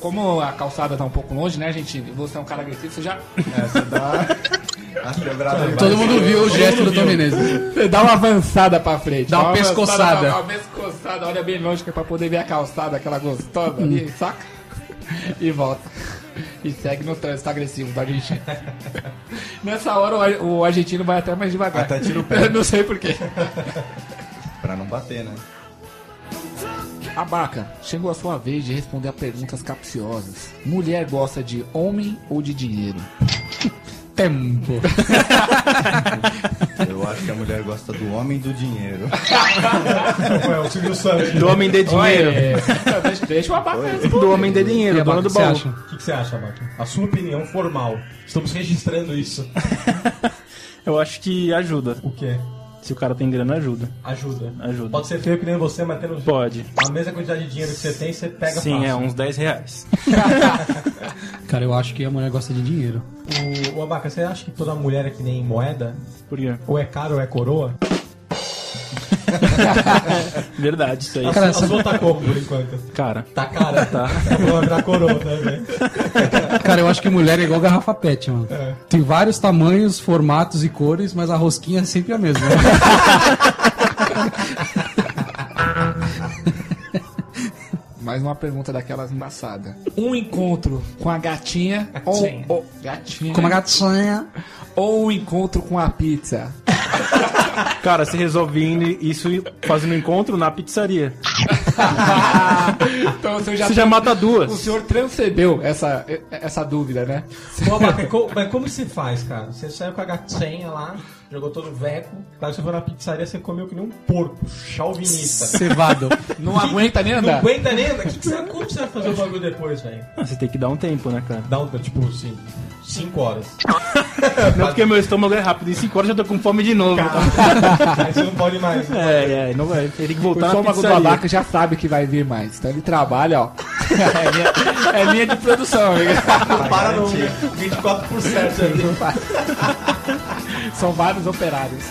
Como a calçada tá um pouco longe, né, gente? Você é um cara agressivo, você já Essa dá a quebrada aí Todo vai. mundo viu o gesto do Tom Menezes. Você dá uma avançada pra frente. Dá uma pescoçada. avançada, Dá uma pescoçada, olha bem longe que é pra poder ver a calçada, aquela gostosa ali, saca? E volta. E segue no trânsito agressivo da Argentina. Nessa hora o ar- o argentino vai até mais devagar. Até tira o pé. Não sei porquê. Pra não bater, né? Abaca, chegou a sua vez de responder a perguntas capciosas. Mulher gosta de homem ou de dinheiro? Tempo. Eu acho que a mulher gosta do homem e do dinheiro. Ué, é o Silvio Santos. Do homem de dinheiro. deixa, deixa o Abaca responder. Do homem de dinheiro, é dono do você baú. acha? O que, que você acha, Bato? A sua opinião formal. Estamos registrando isso. Eu acho que ajuda. O quê? Se o cara tem grana, ajuda. Ajuda. Ajuda. Pode ser feio que nem você, mas tendo Pode. a mesma quantidade de dinheiro que você tem, você pega Sim, fácil. é uns 10 reais. Cara, eu acho que a mulher gosta de dinheiro. um- O, o Abaca, você acha que toda mulher é que nem moeda? Por quê? Ou é cara ou é coroa? Verdade, isso aí. A, Cara, sua- a sua sabe- tá como, por enquanto? Cara, Tá cara? Tá. Tá pra coroa também. Cara, eu acho que mulher é igual garrafa pet, mano. É. Tem vários tamanhos, formatos e cores, mas a rosquinha é sempre a mesma. Mais uma pergunta daquelas embaçadas. Um encontro com a gatinha, ou, ou gatinha Como a gatinha. ou um encontro com a pizza. cara, se resolve indo isso fazendo um encontro na pizzaria. então você já, Você já mata duas. o senhor transcendeu essa essa dúvida, né? Ô, Abaca, co- mas como você faz, cara? Você saiu com a gatinha lá, jogou todo o veco. Aí você foi na pizzaria, você comeu que nem um porco, chauvinista. Cevado. Não aguenta nem Não andar. aguenta nem, o que, que você, como você vai fazer o bagulho depois, velho? Ah, Você tem que dar um tempo, né, cara? Dá um, tipo, assim, 5 horas. Não porque meu estômago é rápido. Em 5 horas eu tô com fome de novo. tá? Aí você não pode mais. É, é, não vai. Ele tem que O voltar na estômago do pizzaria. abaca já sabe que vai vir mais. Então ele trabalha, ó. É linha, é linha de produção, amigo. Para no 24 por 7 aí. São vários operários.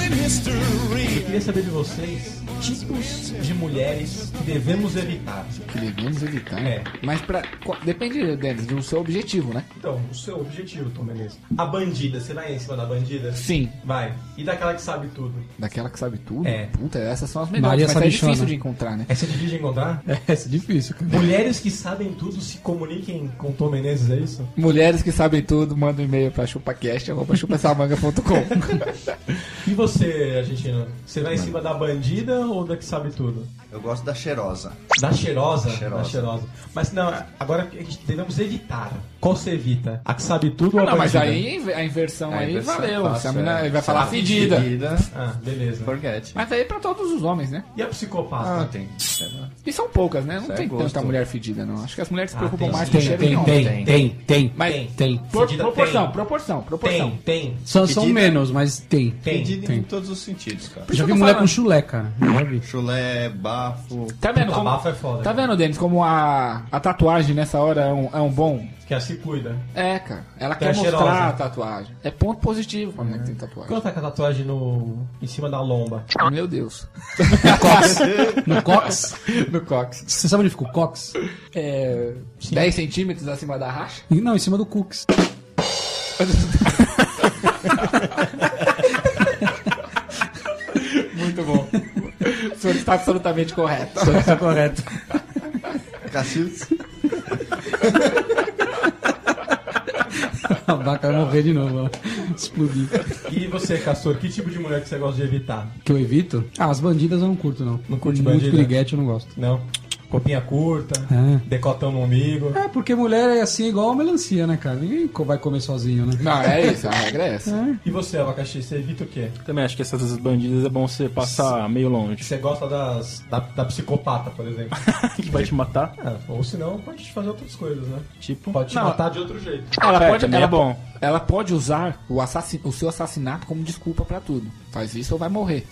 Eu queria saber de vocês tipos de mulheres que devemos evitar. Que devemos evitar. É. Mas pra, qual- depende, Denis, do seu objetivo, né? Então, o seu objetivo, Tom Menezes. A bandida, você vai em cima da bandida? Sim. Vai. E daquela que sabe tudo? Daquela que sabe tudo. É. Puta, essas são as melhores. Maria mas Sabichona. é difícil de encontrar, né? Essa é difícil de encontrar? Essa é difícil, cara. Mulheres que sabem tudo se comuniquem com Tom Menezes, é isso? Mulheres que sabem tudo, manda um e-mail pra chupacast, arroba chupessamanga.com. E você, argentino? Você vai em cima da bandida ou da que sabe tudo? Eu gosto da cheirosa. Da cheirosa? Cheirosa. Da cheirosa. Mas não, agora a gente devemos evitar. Qual você evita? A que sabe tudo ou a Ah, Não, mas bandida? aí a inversão A aí inversão valeu. fácil, Se a mina- é. ele vai falar Sabe, fedida. Fedida, Ah, beleza. forget. Mas aí é pra todos os homens, né? E a Ah, psicopata? tem. sei lá. E são poucas, né? Não Isso é tem tanta gosto. mulher fedida, não. Acho que as mulheres se Ah, preocupam tem mais com o sim, cheiro Tem, não. tem, tem, tem. Mas Tem. Tem. Por- Fedida proporção, tem. proporção, proporção. Tem, tem. São, são Pedida? menos, mas tem. Tem. Fedida tem. em todos os sentidos, cara. Já eu vi tô mulher falando. com chulé, cara. Já vi. Chulé, bafo. Tá vendo Puta, como... bafo é foda, tá cara. vendo, Denis, como a, a tatuagem nessa hora é um, é um bom? Que a se cuida. É, cara. Ela Tem quer a mostrar cheirosa. a tatuagem. É ponto positivo pra mulher que tem tatuagem. Quando tá com a tatuagem no... em cima da lomba? Meu Deus. No cox. Do cox. Você sabe onde fica o cox? É, 10 centímetros acima da racha? E Não, em cima do cooks. Muito Muito bom. O senhor está absolutamente correto. Tá correto. Cacildes. A vaca vai morrer de novo, ó. Explodir. E você, Castor, que tipo de mulher que você gosta de evitar? Que eu evito? Ah, as bandidas eu não curto, não. Não curte Muito bandida? piriguete eu não gosto. Não. Copinha curta, É. decotão no umbigo. É, porque mulher é assim igual a melancia, né, cara? Ninguém co- vai comer sozinho, né? Não, é isso, a regra é essa. E você, abacaxi, você evita o quê? Também acho que essas bandidas é bom você passar meio longe. Você gosta das, da, da psicopata, por exemplo. Que vai te matar, É, ou senão pode te fazer outras coisas, né? tipo. Pode te Não, matar de outro jeito. Ela É, pode, também ela, é bom. ela pode usar o, assassi- o seu assassinato como desculpa pra tudo. Faz isso ou vai morrer.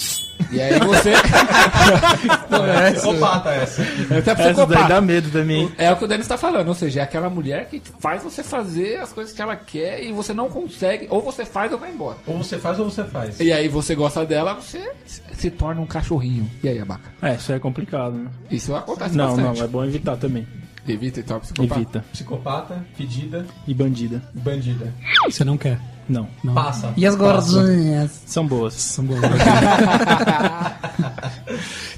E aí você. Não, é essa. Psicopata essa. Essa é a Essa daí psicopata. dá medo também. É o que o Denis tá falando, ou seja, é aquela mulher que faz você fazer as coisas que ela quer e você não consegue, ou você faz ou vai embora. Ou você faz ou você faz. E aí você gosta dela, você se torna um cachorrinho. E aí, abaca? É, isso aí é complicado, né? Isso acontece Não, não, bastante. é bom evitar também. Evita então, psicopata. Evita. Psicopata, pedida, E bandida. bandida. Você não quer. Não. Passa. E as gordinhas? São boas. São boas.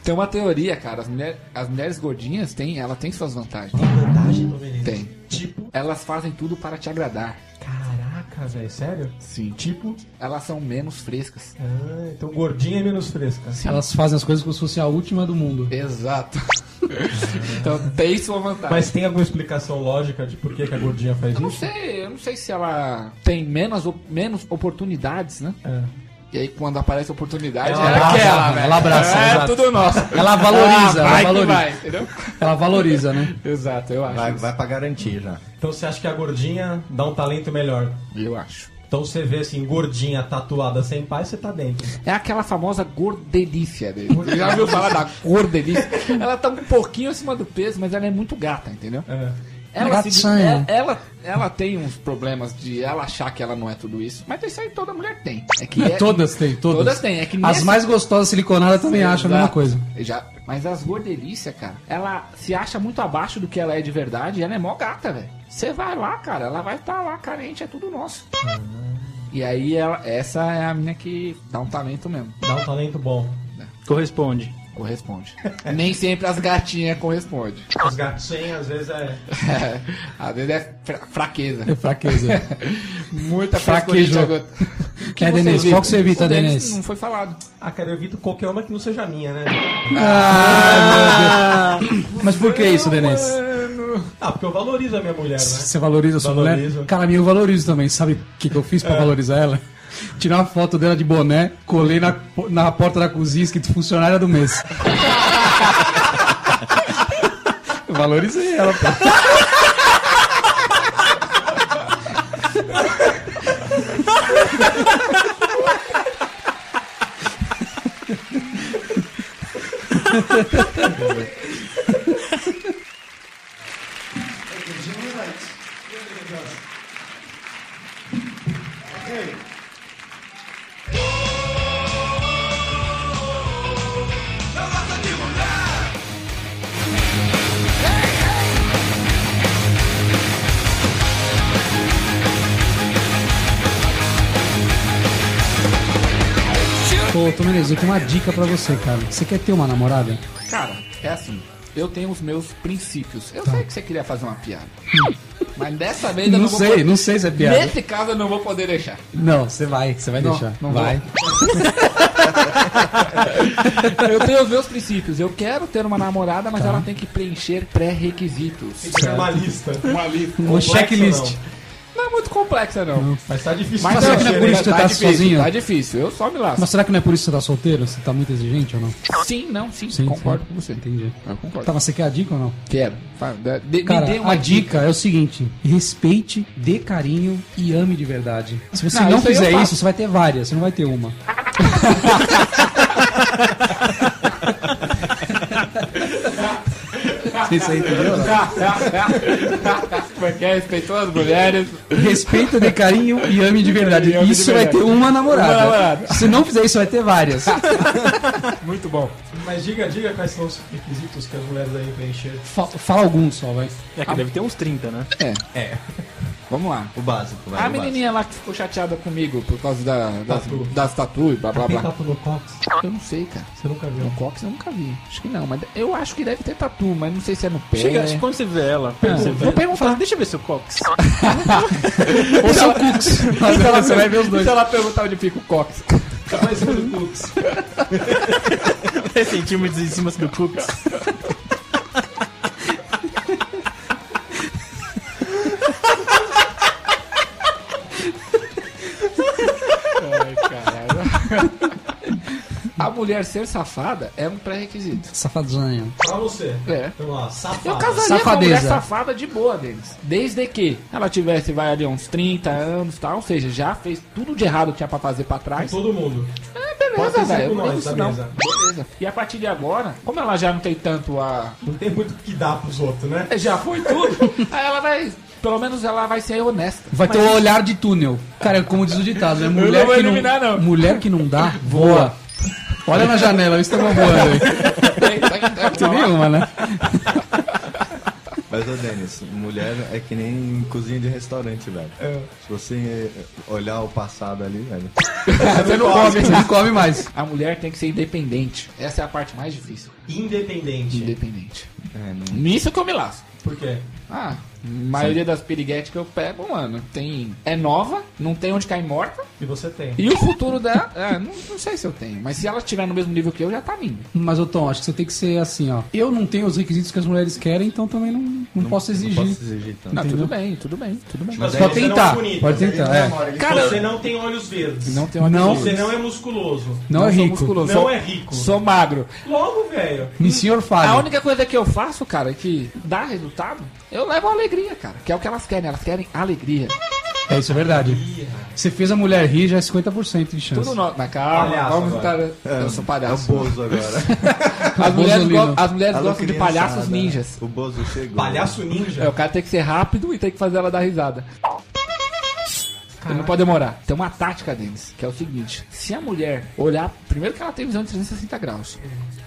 Tem uma teoria, cara. As, mulher- as mulheres gordinhas têm, ela tem suas vantagens. Tem vantagem, meu menino? Tem. Tipo, Elas fazem tudo para te agradar. caraca, velho, sério? Sim. Tipo, Elas são menos frescas. ah, então gordinha é menos fresca. Elas fazem as coisas como se fosse a última do mundo. Exato. então tem sua vantagem. Mas tem alguma explicação lógica de por que, que a gordinha faz eu não isso? sei, eu não sei se ela tem menos, op- menos oportunidades, né? É. E aí quando aparece a oportunidade, Ela é abraça, aquela, ela velho. abraça, é exato. tudo nosso. Ela valoriza, Ah, ela vai que valoriza. vai, entendeu? Ela valoriza, né? Exato, eu acho. Vai, vai pra garantir já. Então você acha que a gordinha dá um talento melhor? Eu acho. Então você vê assim, gordinha tatuada sem pai, você tá dentro. É aquela famosa gordelícia dele. Você Já ouviu falar da gordelícia? Ela tá um pouquinho acima do peso, mas ela é muito gata, entendeu? É. Ela, se- Gatinha. ela, ela, ela tem uns problemas de ela achar que ela não é tudo isso, mas isso aí toda mulher tem. É que é- Todas têm, todas. Todas têm, é que As nessa- mais gostosas siliconadas também acham a mesma Exato. coisa. Já, mas as gordelícias, cara, ela se acha muito abaixo do que ela é de verdade e ela é mó gata, velho. Você vai lá, cara, ela vai estar lá carente, é tudo nosso. E aí, ela- essa é a minha que dá um talento mesmo. Dá um talento bom. Corresponde. Corresponde. Nem sempre as gatinhas correspondem. Os gatinhos, às vezes, é. Às vezes é fra- fraqueza. É fraqueza. Muita Fraquejou. fraqueza. É, Denis, qual que você evita, Denis? Não foi falado. Ah, cara, eu evito qualquer uma que não seja minha, né? Mas por que isso, Denise? Ah, porque eu valorizo a minha mulher, né? Você valoriza a sua Valorizo. mulher? Cara, minha eu valorizo também. Sabe o que, que eu fiz pra valorizar ela? Tirar uma foto dela de boné, colei na, po- na porta da cozinha escrito funcionária do mês. Eu Valorizei ela, pô. Pô, Tom Menezes, eu tenho uma dica pra você, cara. Você quer ter uma namorada? Cara, é assim. Eu tenho os meus princípios. Eu sei que você queria fazer uma piada. mas dessa vez Não, eu Tá. não, vou sei, poder- não sei se é piada. Nesse caso eu não vou poder deixar. Não, você vai, você vai Não, deixar. não vai. Eu tenho os meus princípios. Eu quero ter uma namorada, mas ela tem que preencher pré-requisitos. Isso é uma lista. Uma lista. Um checklist. Não é muito complexa, não. Mas tá difícil. Mas de será eu- que não é fazer, por né? isso que você tá difícil, sozinho? Tá difícil, eu só me lasco. Mas será que não é por isso que você tá solteiro? Você tá muito exigente ou não? Sim, não, sim, Sim, concordo sim. com você. Entendi. Eu concordo. Tá, mas você quer a dica ou não? Quero. Fa- dá- de- Cara, me dê uma a dica, é o seguinte: respeite, dê carinho e ame de verdade. Se você Não, não, isso aí eu fizer faço. isso, você vai ter várias, você não vai ter uma. Isso aí, entendeu? Como é que é? Respeitou as mulheres. Respeita, dê carinho e ame de verdade. ame de Isso vai verdade. ter uma namorada. Uma namorada. Se não fizer isso, vai ter várias. Muito bom. Mas diga, diga quais são os requisitos que as mulheres aí preencher. Ah. Fa- Fala alguns só, vai. É que deve ter uns 30, né? É. Vamos lá. O básico, vai. A o básico. menininha lá que ficou chateada comigo por causa da, das, Tatu. das tatu e blá blá Tem blá. tatu no cox? Eu não sei, cara. Você nunca viu? No cox eu nunca vi. Acho que não, mas eu acho que deve ter tatu, mas não sei se é no pé. Chega, quando você vê ela, quando você vê, vou perguntar. fala, deixa Ah, eu ver seu cox. Ou seu Cux. Você vai ver os dois. Se Então, ela perguntar onde fica o Cox. centímetros em cima do Cooks. A mulher ser safada é um pré-requisito. Safadinho. Pra você. É. Vamos lá, Eu safado. casaria com uma Safadeza. mulher safada de boa, deles. Desde que ela tivesse, vai ali, uns 30 anos e tal. Ou seja, já fez tudo de errado que tinha pra fazer pra trás. Todo mundo. É, Pode beleza, ser velho. com Não tem nós isso, da não. mesa. Beleza. E a partir de agora, como ela já não tem tanto a... Não tem muito o que dar pros outros, né? Já foi tudo. aí ela vai... Pelo menos ela vai ser honesta. Vai ter o olhar de túnel. Cara, como diz o ditado, né? Mulher, não vou que, não, eliminar, não. mulher que não dá, voa. Olha na janela, tá eu estava voando aí. né? Não tem nenhuma, né? Mas, ô Denis, mulher é que nem cozinha de restaurante, velho. É. Se você eh, olhar o passado ali, velho. Você não come, você não come mais. A mulher tem que ser independente. Essa é a parte mais difícil. Hum. Independente. Independente. É, não... Nisso que eu me laço. Por quê? Ah, a maioria das piriguetes que eu pego, mano, tem. É nova, não tem onde cair morta. E você tem. E o futuro dela. é, não, não sei se eu tenho. Mas se ela estiver no mesmo nível que eu, já tá minha. Mas, ô Tom, acho que você tem que ser assim, ó. Eu não tenho os requisitos que as mulheres querem, então também não, não, posso exigir. Não posso exigir tanto. Não, Entendeu? tudo bem, tudo bem, tudo bem. Mas Só aí você não tentar, é bonito. pode tentar, é. Cara- Você não tem olhos verdes. Não tem uma Não. Você não é musculoso. Não, é sou rico. musculoso, Não sou- é rico. Sou magro. Logo, velho. Me senhor A fale. única coisa que eu faço, cara, que dá resultado, eu levo a alegria, cara. Que é o que elas querem, elas querem alegria. É isso, é verdade. Você fez a mulher rir, já é 50% de chance. Tudo nosso. Mas calma, Palhaço vamos agora. É um estar. eu sou É o palhaço. Bozo agora. As mulheres, Bozolino. go- as mulheres Alô, gostam de criançada. palhaços né? ninjas. O Bozo chegou. Palhaço É, ninja. o cara tem que ser rápido e tem que fazer ela dar risada. Ele não pode demorar. Tem uma tática deles, que é o seguinte: se a mulher olhar, primeiro que ela tem visão de 360 graus.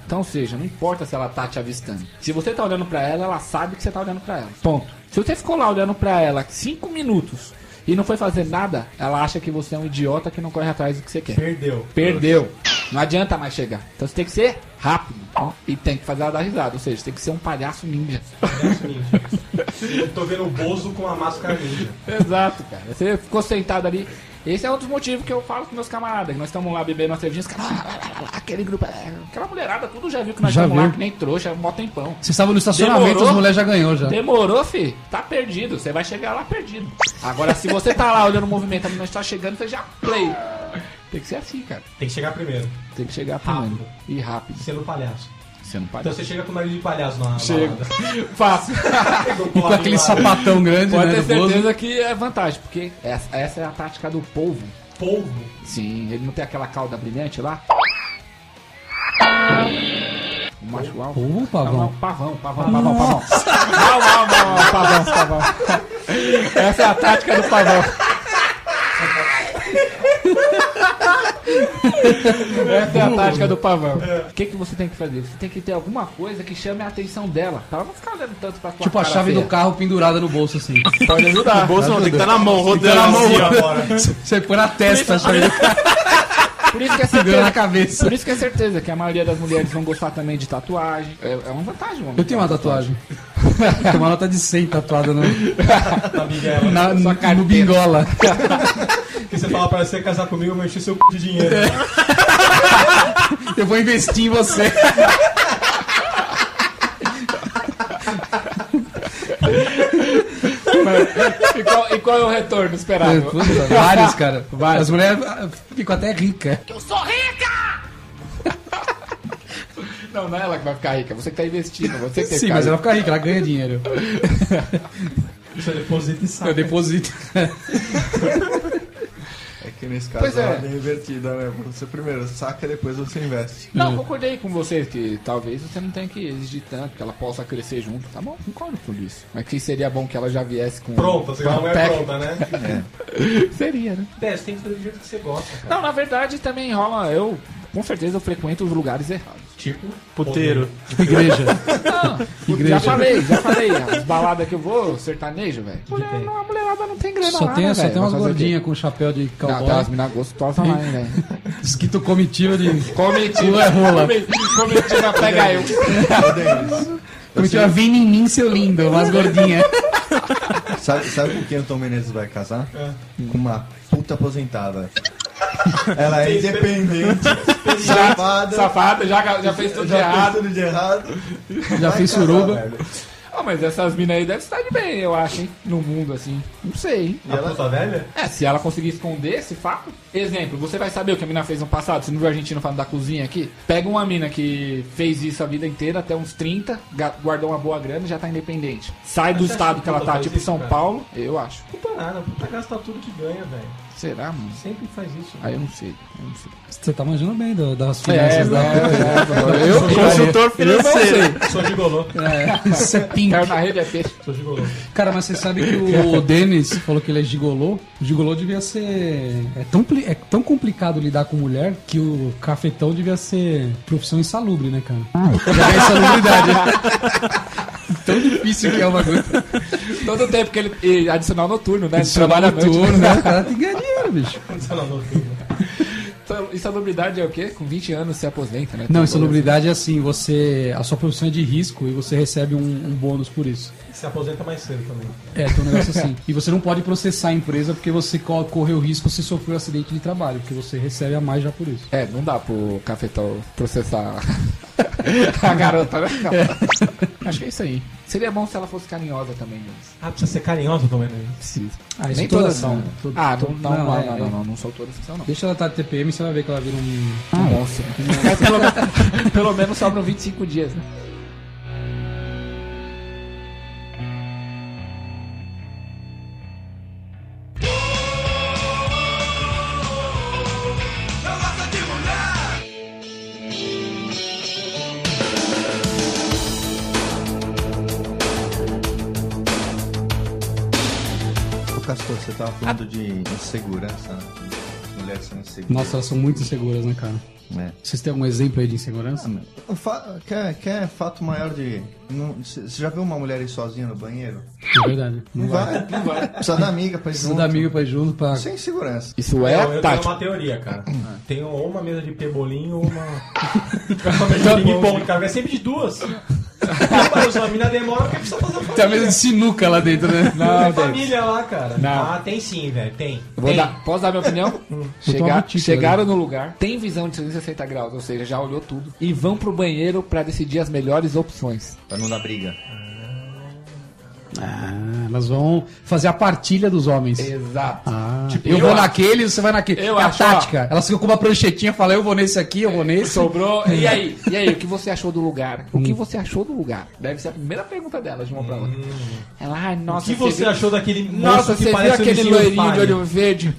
Então, ou seja, não importa se ela tá te avistando. Se você tá olhando pra ela, ela sabe que você tá olhando pra ela. Ponto. Se você ficou lá olhando pra ela 5 minutos e não foi fazer nada, ela acha que você é um idiota que não corre atrás do que você quer. Perdeu. Perdeu. Não adianta mais chegar. Então você tem que ser rápido. E tem que fazer ela dar risada. Ou seja, tem que ser um palhaço ninja. Palhaço ninja. Eu tô vendo o Bozo com a máscara ninja. Exato, cara. Você ficou sentado ali. Esse é um dos motivos que eu falo com meus camaradas. que Nós estamos lá bebendo uma cervejinha, os caras, "Ah, lá, lá, lá, lá", aquele grupo, é, aquela mulherada, tudo já viu que nós Já estamos lá, viu. que nem trouxa, mó tempão. Você estava no estacionamento, Demorou. as mulheres já ganhou já. Demorou, fi? Tá perdido. Você vai chegar lá perdido. Agora, se você tá lá olhando o movimento, a menina está chegando, você já play. Tem que ser assim, cara. Tem que chegar primeiro, Tem que chegar primeiro. E rápido. sendo palhaço. Você não Então para. você chega com o nariz de palhaço na Chego. balada. Fácil. Pegou o E com colar aquele do lado. sapatão grande, Pode né, ter do Bozo. certeza que é vantagem, porque essa, essa é a tática do polvo. Polvo. Sim, ele não tem aquela cauda brilhante lá? O macho alfa. Polvo ou Não, pavão? não, pavão, pavão, pavão, pavão. Não, não, não, não, pavão, pavão. Essa é a tática do pavão. Essa é a tática do pavão. O que, que você tem que fazer? Você tem que ter alguma coisa que chame a atenção dela. Pra ela não ficar olhando tanto pra tua Tipo a cara chave feia. do carro pendurada no bolso, assim. Pode ajudar. O Bozo Tá não, tem que estar na mão, rodando assim, ó. Agora. Você põe na testa a chave do carro Por isso que é pendurada na certeza. cabeça. Por isso que é certeza que a maioria das mulheres vão gostar também de tatuagem. É, é uma vantagem, mano. Eu tenho uma tatuagem. uma nota de 100 tatuada no, Tá, Miguel. na, no bingola. Porque você fala pra você casar comigo, eu vou encher seu c... de dinheiro. É. Eu vou investir em você. E qual, e qual é o retorno esperado? Puta, vários, cara. Vários. As mulheres ah, ficam até ricas. Eu sou rica! Não, não é ela que vai ficar rica, você que tá investindo, você que tem que Sim, ficar mas ela rica. fica rica, ela ganha dinheiro. Você deposita e Eu sai. deposito. É que nesse caso Pois é. é bem invertida, né? Você primeiro saca, depois você investe. Não, concordei com você que talvez você não tenha que exigir tanto, que ela possa crescer junto, tá bom? Concordo com isso. Mas que seria bom que ela já viesse com. Pronta, você com quer uma um mulher pack. pronta, né? Seria, né? É, você tem que fazer do jeito que você gosta, cara. Não, na verdade também rola. Eu com certeza eu frequento os lugares errados. Tipo, Puteiro. Igreja. Já Igreja. falei, já falei. As baladas que eu vou, sertanejo, velho. que tem? A mulherada não tem grana Só lá, tem, né, só velho? tem umas Vai fazer o quê? gordinhas com chapéu de Não, tá. tem umas cowboy. minas gostosas lá, hein, velho. Esquito comitiva de. Comitiva, rola. comitiva, pega eu. é Comitiva vem em mim, seu lindo. Umas gordinhas. Sabe, sabe com quem o Tom Menezes vai casar? Com uma puta aposentada. Ela é independente, safada, Safada, já, já fez tudo de já errado. fez tudo de errado. Já Vai fez casar, suruba. velho. Ah, mas essas minas aí devem estar de bem, eu acho, hein? No mundo, assim. Não sei, hein? A puta velha? É, se ela conseguir esconder esse fato. Exemplo, você vai saber o que a mina fez no passado. Você não viu a Argentina falando da cozinha aqui? Pega uma mina que fez isso a vida inteira, até uns 30, ga- guardou uma boa grana e já tá independente. Sai do Mas você acha estado que que ela tudo tá, faz tipo isso, São cara? Paulo, eu acho. Puta nada, puta gasta tudo que ganha, velho. Será, mano? Sempre faz isso. Aí eu não sei. Eu não sei. Você tá manjando bem do- É, das finanças da. eu, Consultor financeiro. Sou gigolô, Isso é pink. Caiu na rede é peixe. sou gigolô. Cara, mas você sabe que o Denis falou que ele é gigolô. Gigolô devia ser. É tão, pli- é tão complicado lidar com mulher que o cafetão devia ser profissão insalubre, né, cara? Já é insalubridade. tão difícil que é uma coisa. Todo tempo que ele. e adicional noturno, né? Ele trabalha à noite. turno, né? O cara tem que ganhar dinheiro, bicho. Então, Insalubridade é o quê? Com 20 anos se aposenta, né? Não, Tem insalubridade é assim, você. A sua profissão é de risco e você recebe um, um bônus por isso. Se aposenta mais cedo também. É, tem um negócio assim. E você não pode processar a empresa porque você co- correu risco se sofreu um acidente de trabalho, porque você recebe a mais já por isso. É, não dá pro cafetão processar a garota, né? Não. Acho que é isso aí. Seria bom se ela fosse carinhosa também, mas Ah, precisa ser carinhosa também, né? preciso. Ah, isso Nem toda todas são. ação, né? Todo- Ah, não, todo- não, não, não, não, é, não, é. não, não, sou todas são, não. Deixa ela estar de TPM, você vai ver que ela vira um. Nossa. Mas pelo, men- pelo menos sobram 25 dias, né? Ô Castor, você tava falando de insegurança, né? Mulheres são inseguras. Nossa, elas são muito inseguras, né, cara? É. Vocês têm algum exemplo aí de insegurança? O Um fa- Quer, quer fato maior de. não- Você já viu uma mulher ir sozinha no banheiro? Ah, É verdade. Não Não vai. vai, não vai. Precisa da amiga pra ir Precisa junto. da amiga pra ir junto pra. Sem segurança. Isso Eu- é eu tenho tático. uma teoria, cara. Tenho ou uma mesa de pebolim ou uma. uma mesa de ping-pong, cara. É sempre de duas. Mas a mina demora porque precisa fazer a família. sinuca lá dentro, né? Tem família lá, cara. Não. Ah, tem sim, velho. Tem. Eu Vou tem. dar, posso dar minha opinião? Hum. Vou tomar Chega, uma título, chegaram no lugar, tem visão de 360 graus, ou seja, já olhou tudo. E vão pro banheiro pra decidir as melhores opções. Pra não dar briga. Ah, elas vão fazer a partilha dos homens. Exato. Ah, É, Tipo, eu, eu vou acho- naquele, você vai naquele. Eu é a acho, ó. tática. Elas ficam com uma pranchetinha, fala eu vou nesse aqui, eu vou nesse. Sobrou. E aí? E aí, o que você achou do lugar? O que você achou do lugar? Deve ser a primeira pergunta dela, de uma pra outra. Ela, ai, O nossa. que você viu- achou daquele moço Nossa, que você viu parece o aquele Nissin loirinho de Orfale? olho verde?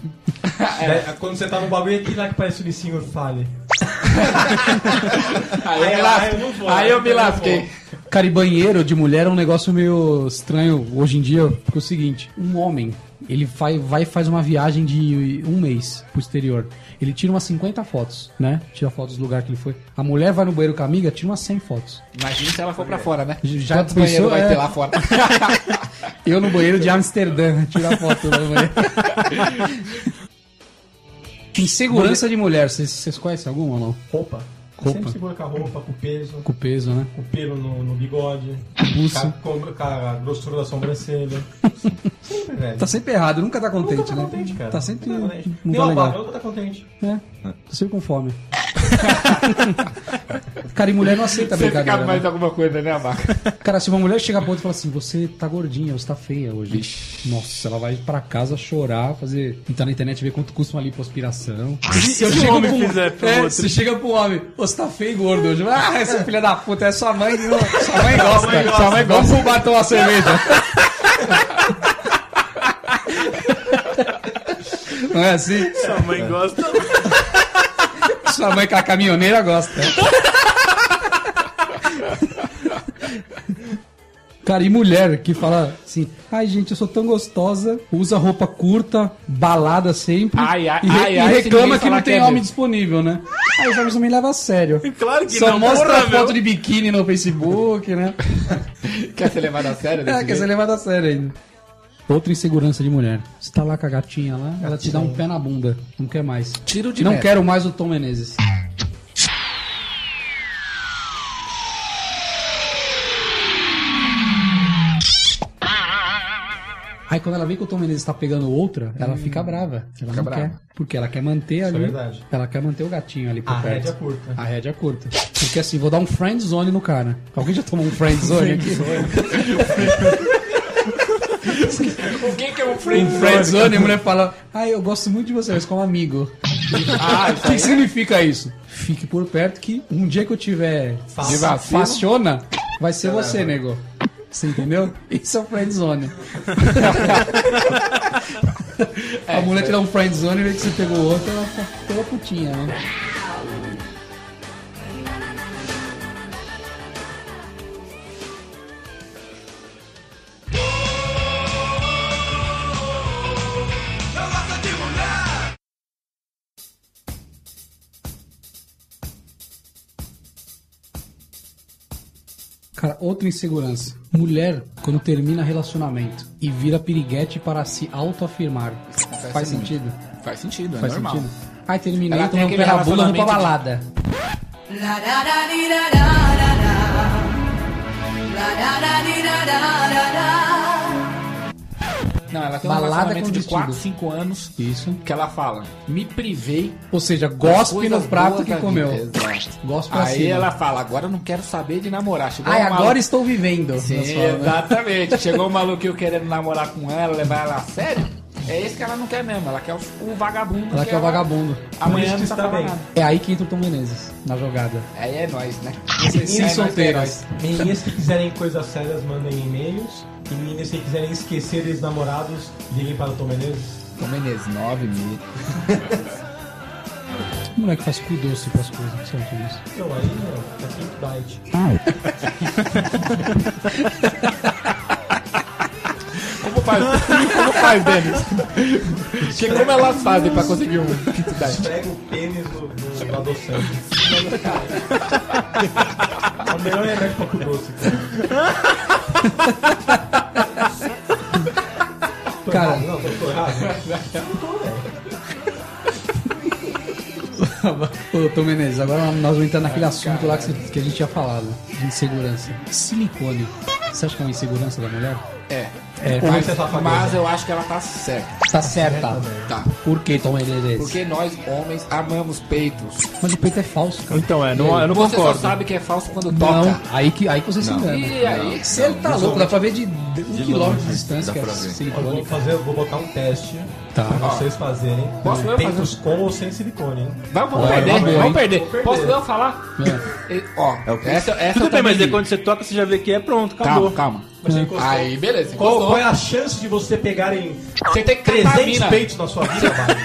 É, Quando você tá no bagulho, aquele lá que parece o Nissin Orfale. Aí eu Aí me ela, las- "Ah, eu não vou, Aí eu eu me então não lasquei. Cara, e banheiro é de mulher é um negócio meio estranho hoje em dia, porque é o seguinte, um homem, ele vai, vai e faz uma viagem de um mês pro exterior. Ele tira umas 50 fotos, né? Tira fotos do lugar que ele foi. A mulher vai no banheiro com a amiga, tira umas 100 fotos. Imagina se ela for pra fora, né? Já Quantos pensou, banheiros vai é. ter lá fora? Tá Eu no banheiro de Amsterdã, tira foto lá no banheiro. Insegurança de mulher, vocês- vocês conhecem alguma ou não? Roupa. Roupa. Sempre segura com a roupa, com o peso, Com o peso, né? com o pelo no, no bigode, Buço. com, a- com a grossura da sobrancelha. sempre, velho. Tá sempre errado, nunca tá contente, Nunca tá né? contente, cara. Tá sempre. Nunca tá contente. não Nem tá o legal. Abaca, nunca tá contente. É, tô sempre com fome. cara, e mulher não aceita Você fica brincadeira. mais né? alguma coisa, né, Marca? Cara, se uma mulher chega pra outra e fala assim, você tá gordinha, você tá feia hoje. Nossa, ela vai pra casa chorar, fazer. Entrar na internet e ver quanto custa uma lipoaspiração. Se o um homem fizer pro é, outro? Se chega pro homem, "Ô, você tá feio e gordo hoje. Ah, essa filha da puta, é sua mãe. que não- Sua mãe gosta. sua mãe gosta. Vamos bater uma cerveja. Não é assim? Sua mãe gosta. Sua mãe com a caminhoneira gosta. Cara, e mulher que fala assim, Ai, gente, eu sou tão gostosa. Usa roupa curta, balada sempre. Ai, ai, e re- ai, e ai, se reclama ninguém que falar não que tem é homem mesmo. disponível, né? Aí os homens não me levam a sério. Claro que Só não. mostra porra, foto meu. de biquíni no Facebook, né? Quer ser levado a sério? É, desse quer ser jeito? levado a sério ainda. Outra insegurança de mulher. Você tá lá com a gatinha lá, ela te dá um pé na bunda. Não quer mais. Tiro de não meta. quero mais o Tom Menezes. Aí quando ela vê que o Tom Menezes tá pegando outra, ela fica brava. Ela não brava. quer. Porque ela quer manter ali. verdade. Ela quer manter o gatinho ali por A perto. rédea curta. A rédea curta. Porque assim, vou dar um friend zone no cara. Alguém já tomou um friend zone aqui? O que que é um friend um friend zone, a mulher fala, ah, eu gosto muito de você, mas como amigo. Ah, O que, que significa isso? Fique por perto que um dia que eu tiver Fácil. faciona, vai ser você, nego. Você entendeu? Isso é um friend zone. a mulher te dá um friend zone, vê que você pegou outro, ela fica toda putinha, né? Cara, outra insegurança. Mulher, quando termina relacionamento e vira piriguete para se autoafirmar. Faz sentido? Faz sentido, é Faz normal. sentido? Ai, terminei, Ela tô tem um aquele pé na bunda, vou pra relacionamento de- balada. Não, ela tem um Balada relacionamento com de vestido. 4, 5 anos Isso. que ela fala, me privei Ou seja, das gospe no coisas prato boas que da comeu. vida. Exato. Gospe pra Aí cima. ela fala, agora eu não quero saber de namorar. Chegou Ai, um agora maluco- estou vivendo. Elas Sim, falam, né? exatamente. Chegou o maluquinho querendo namorar com ela, levar ela a sério. É esse que ela não quer mesmo. Ela quer o, o vagabundo. Ela que é o vagabundo. Amanhã Por isso não que tá está bem. bem. Nada. É aí que entra o Tom Menezes, na jogada. Aí é nós, né? E solteiras. Meninas que quiserem coisas sérias, mandem e-mails. E meninas que quiserem esquecer ex-namorados, liguem para o Tom Menezes. Tom Menezes, 9 mil. Que moleque faz cu doce pras coisas? Não sei o que é isso. Não, aí não. É sempre bite. Como faz, como faz, Denis? Porque como elas fazem pra conseguir um kit diet? Esfrega o pênis no, no adoçante. o melhor remédio para o doce, cara. Tô Cara. errado, não, tô, tô errado. Ô, Tom Menezes, agora nós vamos entrar naquele assunto lá que, você- que a gente tinha falado, de insegurança. Silicone. Você acha que é uma insegurança da mulher? É. É, mas, você é safadeza. mas eu acho que ela tá certa. Tá certa. Tá. Por que, Tom Menezes? Porque nós, homens, amamos peitos. Mas o peito é falso, cara. Então, é, não, eu não Você concordo. só sabe que é falso quando Não, toca. aí que, aí que você se engana. E aí, Você tá louco, dá pra ver de de um quilômetro de distância que é Eu vou silicone. fazer, vou botar um teste Tá. pra vocês fazerem. Posso eu Peitos com ou sem silicone, hein? vamos, vamos Olha, perder, vamos, vamos hein? perder. Posso eu falar? É. E- Ó, É o que- essa, essa eu Tudo bem, também mas aí vi. quando você toca, você já vê que é pronto, acabou. Calma, calma. Mas você encostou. Aí, beleza. Qual, encostou. qual é a chance de você pegarem Você tem que catar a 300 mina. peitos na sua vida, Barney?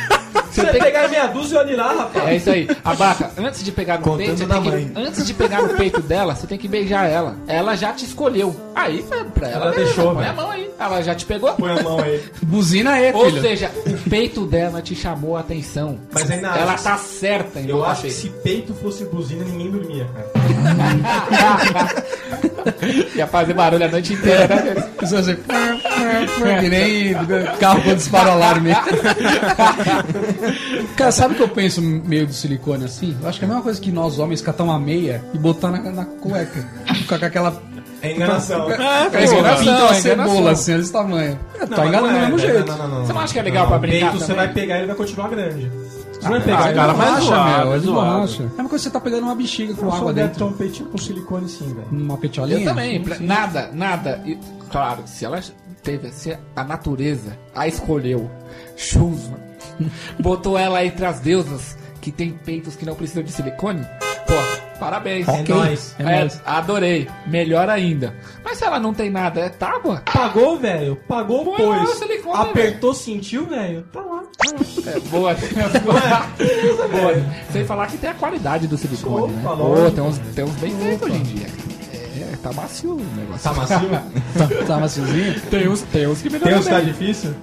Se você tem- pegar meia dúzia e olhe lá, rapaz. É isso aí. Abaca, antes de pegar no Contando peito, você da tem que- mãe. antes de pegar no peito dela, você tem que beijar ela. Ela já te escolheu. Aí, velho, pra ela. Ela beleza, deixou, Põe a velho. mão aí. Ela já te pegou. Põe a mão aí. Buzina aí, Ou filho. seja, o peito dela te chamou a atenção. Mas ainda ela acho- tá certa em Eu botar acho que peito. se peito fosse buzina, ninguém dormia, cara. Ia fazer barulho a noite inteira, né? Você vai fazer que nem carro quando dispara o alarme. Cara, sabe o que eu penso meio do silicone assim? Eu acho que é a mesma coisa que nós homens catar uma meia e botar na, na cueca. Ficar com aquela. É enganação. É enganação, uma é cebola enganação. assim, desse tamanho. É, Não, tá mas não enganando é, do mesmo velho. jeito. Não, não, não, não. Você não acha que é legal Não, pra brincar Peito, você também? vai pegar e ele vai continuar grande. Você não vai Ah, pegar. cara, mas Borracha, zoado, meu, é de zoado. borracha. É uma coisa que você tá pegando uma bexiga com eu sou água adepto dentro. a um peitinho com silicone sim, velho. Uma petiolinha? Eu também. pra- Nada, nada. E, claro, se ela teve. Se a natureza a escolheu, chuva, botou ela entre as deusas que tem peitos que não precisam de silicone, pô, parabéns. É nóis. É É, nóis. adorei. Melhor ainda. Mas se ela não tem nada, é tábua? Pagou, velho. Pagou, Põe lá o pois. silicone, Apertou, sentiu, velho. Tá lá. É boa. boa. boa. Sem falar que tem a qualidade do silicone, né? Opa, Pô, lógico. tem uns, tem uns bem feitos hoje em dia. É, tá macio o negócio. Tá macio? Tá, tá maciozinho? Tem uns, tem uns que Tem melhoram uns que tá bem. difícil?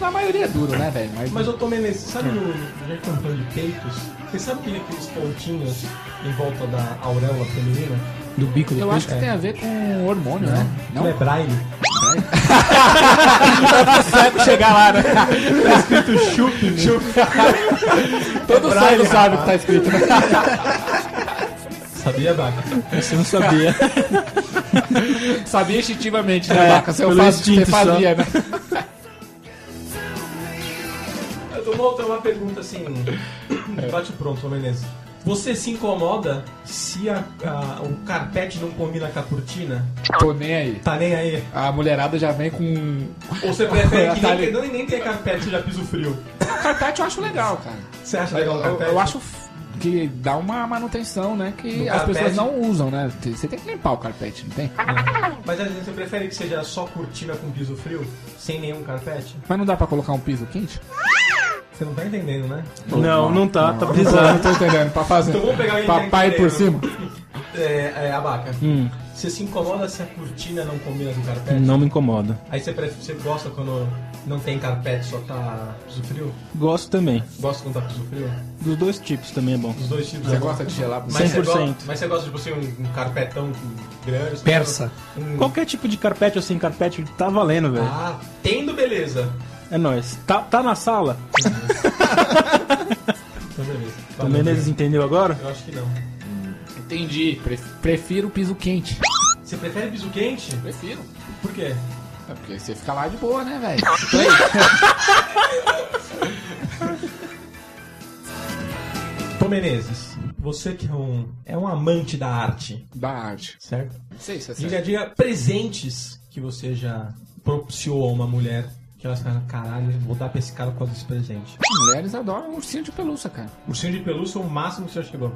Na maioria é duro, né, velho? Mas, Mas eu tomei nesse. Sabe no. no- Já que estamos falando de peitos? Você sabe que aqueles pontinhos em volta da auréola feminina? É. Do bico do eu peito? acho que tem a ver com hormônio, né? Não? Não é braille? chegar lá, né? Escrito chup, né? Todo mundo sabe o que tá escrito. Sabia, Baca? Você não sabia. Sabia instintivamente, né, Baca? Se eu faço, você fazia, né? Eu tô voltando uma pergunta assim. Bate pronto, Menezes. Você se incomoda se a- a- o carpete não combina com a cortina? Tô nem aí. Tá nem aí. A mulherada já vem com. Ou você prefere que Tá nem, ali. nem, nem tenha carpete, já piso frio? Carpete eu acho legal, cara. Você acha Eu, Tá legal o eu- carpete? eu acho f- que dá uma manutenção, né? Que No as carpete? pessoas não usam, né? Você tem que limpar o carpete, não tem? um- Mas às vezes você prefere que seja só cortina com piso frio? Sem nenhum carpete? Mas não dá pra colocar um piso quente? Você não tá entendendo, né? Não, não tá, tá Eu brisado. não tô entendendo. Pra fazer. Então vamos pegar alguém que tá Papai por cima. Hum. entendendo. É, é abaca. Você se incomoda se a cortina não combina com o carpete? Não me incomoda. Aí você, pref- você gosta quando não tem carpete, só tá piso frio? Gosto também. Gosta quando tá piso frio? Dos dois tipos também é bom. Os dois tipos. Você é bom. gosta de gelar pro Mas você, 100%. gosta, mas você gosta de você um, um carpetão que- grande? você Persa. gosta- Um... Qualquer tipo de carpete ou sem carpete tá valendo, velho. Ah, tendo beleza. É nóis. Tá, tá na sala? Então beleza. Tá O Menezes entendeu agora? Eu acho que não. Entendi. Pref- Prefiro piso quente. Você prefere piso quente? Prefiro. Por quê? É porque você fica lá de boa, né, velho? Tom Menezes, você que é um, é um amante da arte, da arte. certo? Não sei se é certo. Diga, diga presentes que você já propiciou a uma mulher que ela fala, caralho, vou dar pra esse cara por causa desse presente. Mulheres adoram ursinho de pelúcia, cara. Ursinho de pelúcia é o máximo que você chegou.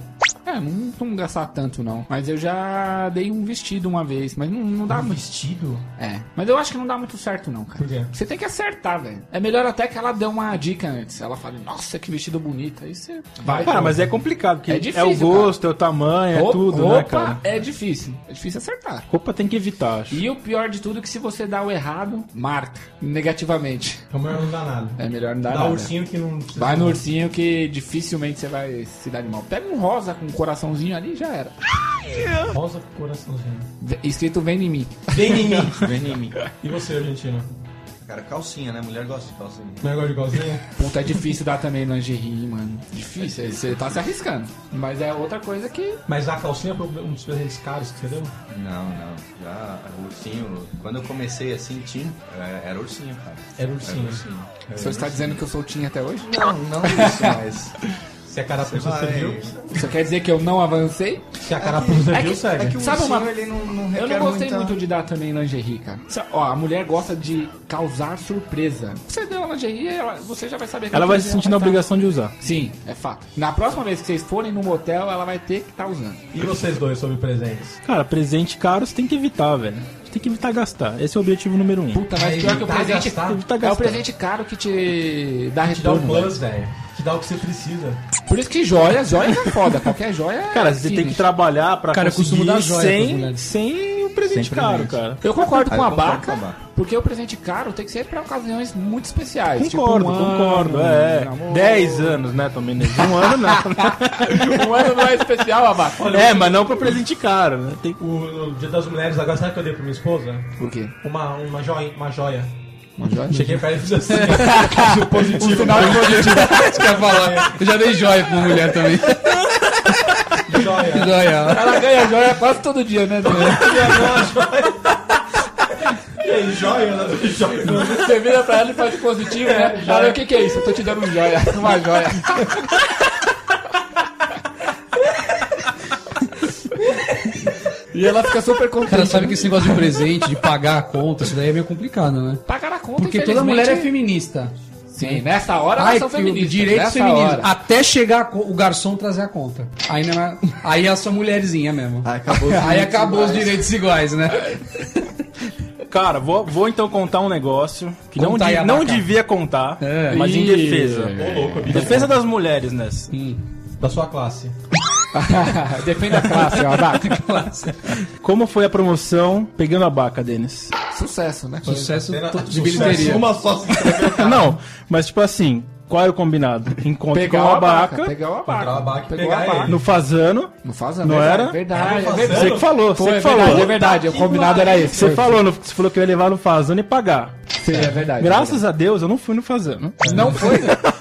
É, não, não gastar tanto, não. Mas eu já dei um vestido uma vez, mas não, não dá muito. Tá vestido? É. Mas eu acho que não dá muito certo, não, cara. Por quê? Você tem que acertar, velho. É melhor até que ela dê uma dica antes. Ela fala, nossa, que vestido bonito. Aí você vai. Cara, mas é complicado, porque É é, difícil, o gosto, é o tamanho, é Roupa- tudo, né, roupa cara? É difícil. É difícil acertar. Roupa tem que evitar, acho. E o pior de tudo é que se você dá o errado, marca negativamente. Então melhor não dá nada. É melhor não dar Dá nada. ursinho que não. precisa- Vai no ursinho que dificilmente você vai se dar de mal. Pega um rosa com um coraçãozinho ali e já era. Rosa com coraçãozinho. V- Escrito vem em mim. Vem em mim. Vem em mim. E você, argentino? Cara, calcinha, né? Mulher gosta de calcinha. Negócio de igualzinha? Puta, é difícil dar também lingerie, mano. Difícil, aí você tá se arriscando. Mas é outra coisa que. Mas a calcinha foi um dos presentes caros que você deu? Não, não. Já, ursinho. Quando eu comecei assim, tinha. Era, era ursinho, cara. Era ursinho. O senhor está tá dizendo que eu sou tinha até hoje? Não, não isso, mas. Se a carapuça Vai. viu. Você quer dizer que eu não avancei? Se a carapuça É que- viu, serve. é que o Sabe uma- ursinho, ele não, não Eu requer não gostei muita- muito de dar também lingerie, cara. Sa- Ó, a mulher gosta de causar surpresa. Você deu a lingerie, ela- você já vai saber que Ela vai se aquele sentir dia na ela obrigação de usar. tá- Sim, é fato. Na próxima vez que vocês forem no motel, ela vai ter que estar usando. E vocês dois sobre presentes? Cara, presente caro você tem que evitar, velho. Você tem que evitar gastar. Esse é o objetivo número um. Puta, mas Aí pior que o tá presente. gastado. Evitar É o gastar. presente caro que te dá Te dá o retorno. velho. plus, velho. Te dá o que você precisa. Por isso que joia, joia é foda. Qualquer joia é. Cara, você tem que finish. trabalhar Ah, pra Cara, eu conseguir costumo dar joia pras sem, mulheres. sem o um presente Sem caro, presente. cara. Eu concordo Ah, com eu a concordo Baca, com a Baca. porque o presente caro tem que ser pra ocasiões muito especiais. tipo Concordo, um ano, concordo. um É. namoro. 10 anos, né, Tom Menezes? Um ano Ah, não. Um ano não é especial, Abaca. é, mas não pra presente caro, né? Tem- O, no Dia das Mulheres, agora sabe o que eu dei pra minha esposa? Por quê? Uma, uma, joia, uma joia. Uma joia? Cheguei pra ela e fiz assim. fiz o positivo. Isso que eu ia falar. Eu já dei joia pra uma mulher também. joia. Joia. Ela ganha joia quase todo dia, né? Daniel? E aí, joia? né? Ela deu joia. Você vira pra ela e faz positivo, né? Fala, o que, que é isso? Eu tô te dando um joia, uma joia. E ela fica super contente. Cara, sabe que esse negócio de presente, de pagar a conta, isso daí é meio complicado, né? Pagar a conta, Porque toda mulher é feminina. feminista. Né? Sim, nessa hora elas Ai, são que o feministas. direito nessa feminino. hora. Até chegar a co- o garçom trazer a conta. Aí, não é- aí é a sua mulherzinha mesmo. Aí Ah, acabou. os Aí limites acabou os iguais. direitos iguais, né? Cara, vou, vou então contar um negócio que não, Conta aí, de- Abaca. não devia contar, É. mas em Ih. defesa. Ô, louco, Em defesa das mulheres nessa. Da sua classe. Depende da classe, né? ó, abaca. Como foi a promoção pegando a baca, Denis? Sucesso, né? Sucesso Pena- to- de sucesso. bilheteria. Uma só se Não, mas tipo assim, qual era o combinado? Encontrar Pegar uma o abaca. abaca Pegar o abaca. Pegar o abaca e Pegou pegar abaca. ele. no fazano. Não faz a Não verdade, era? Verdade, é Ah, verdade. Você que falou, Foi, você que é verdade, falou. é verdade. O combinado era esse. Você foi. falou, no- você falou que eu ia levar no fazano e pagar. Sim, é verdade. Graças a Deus eu não fui no fazano. Não foi.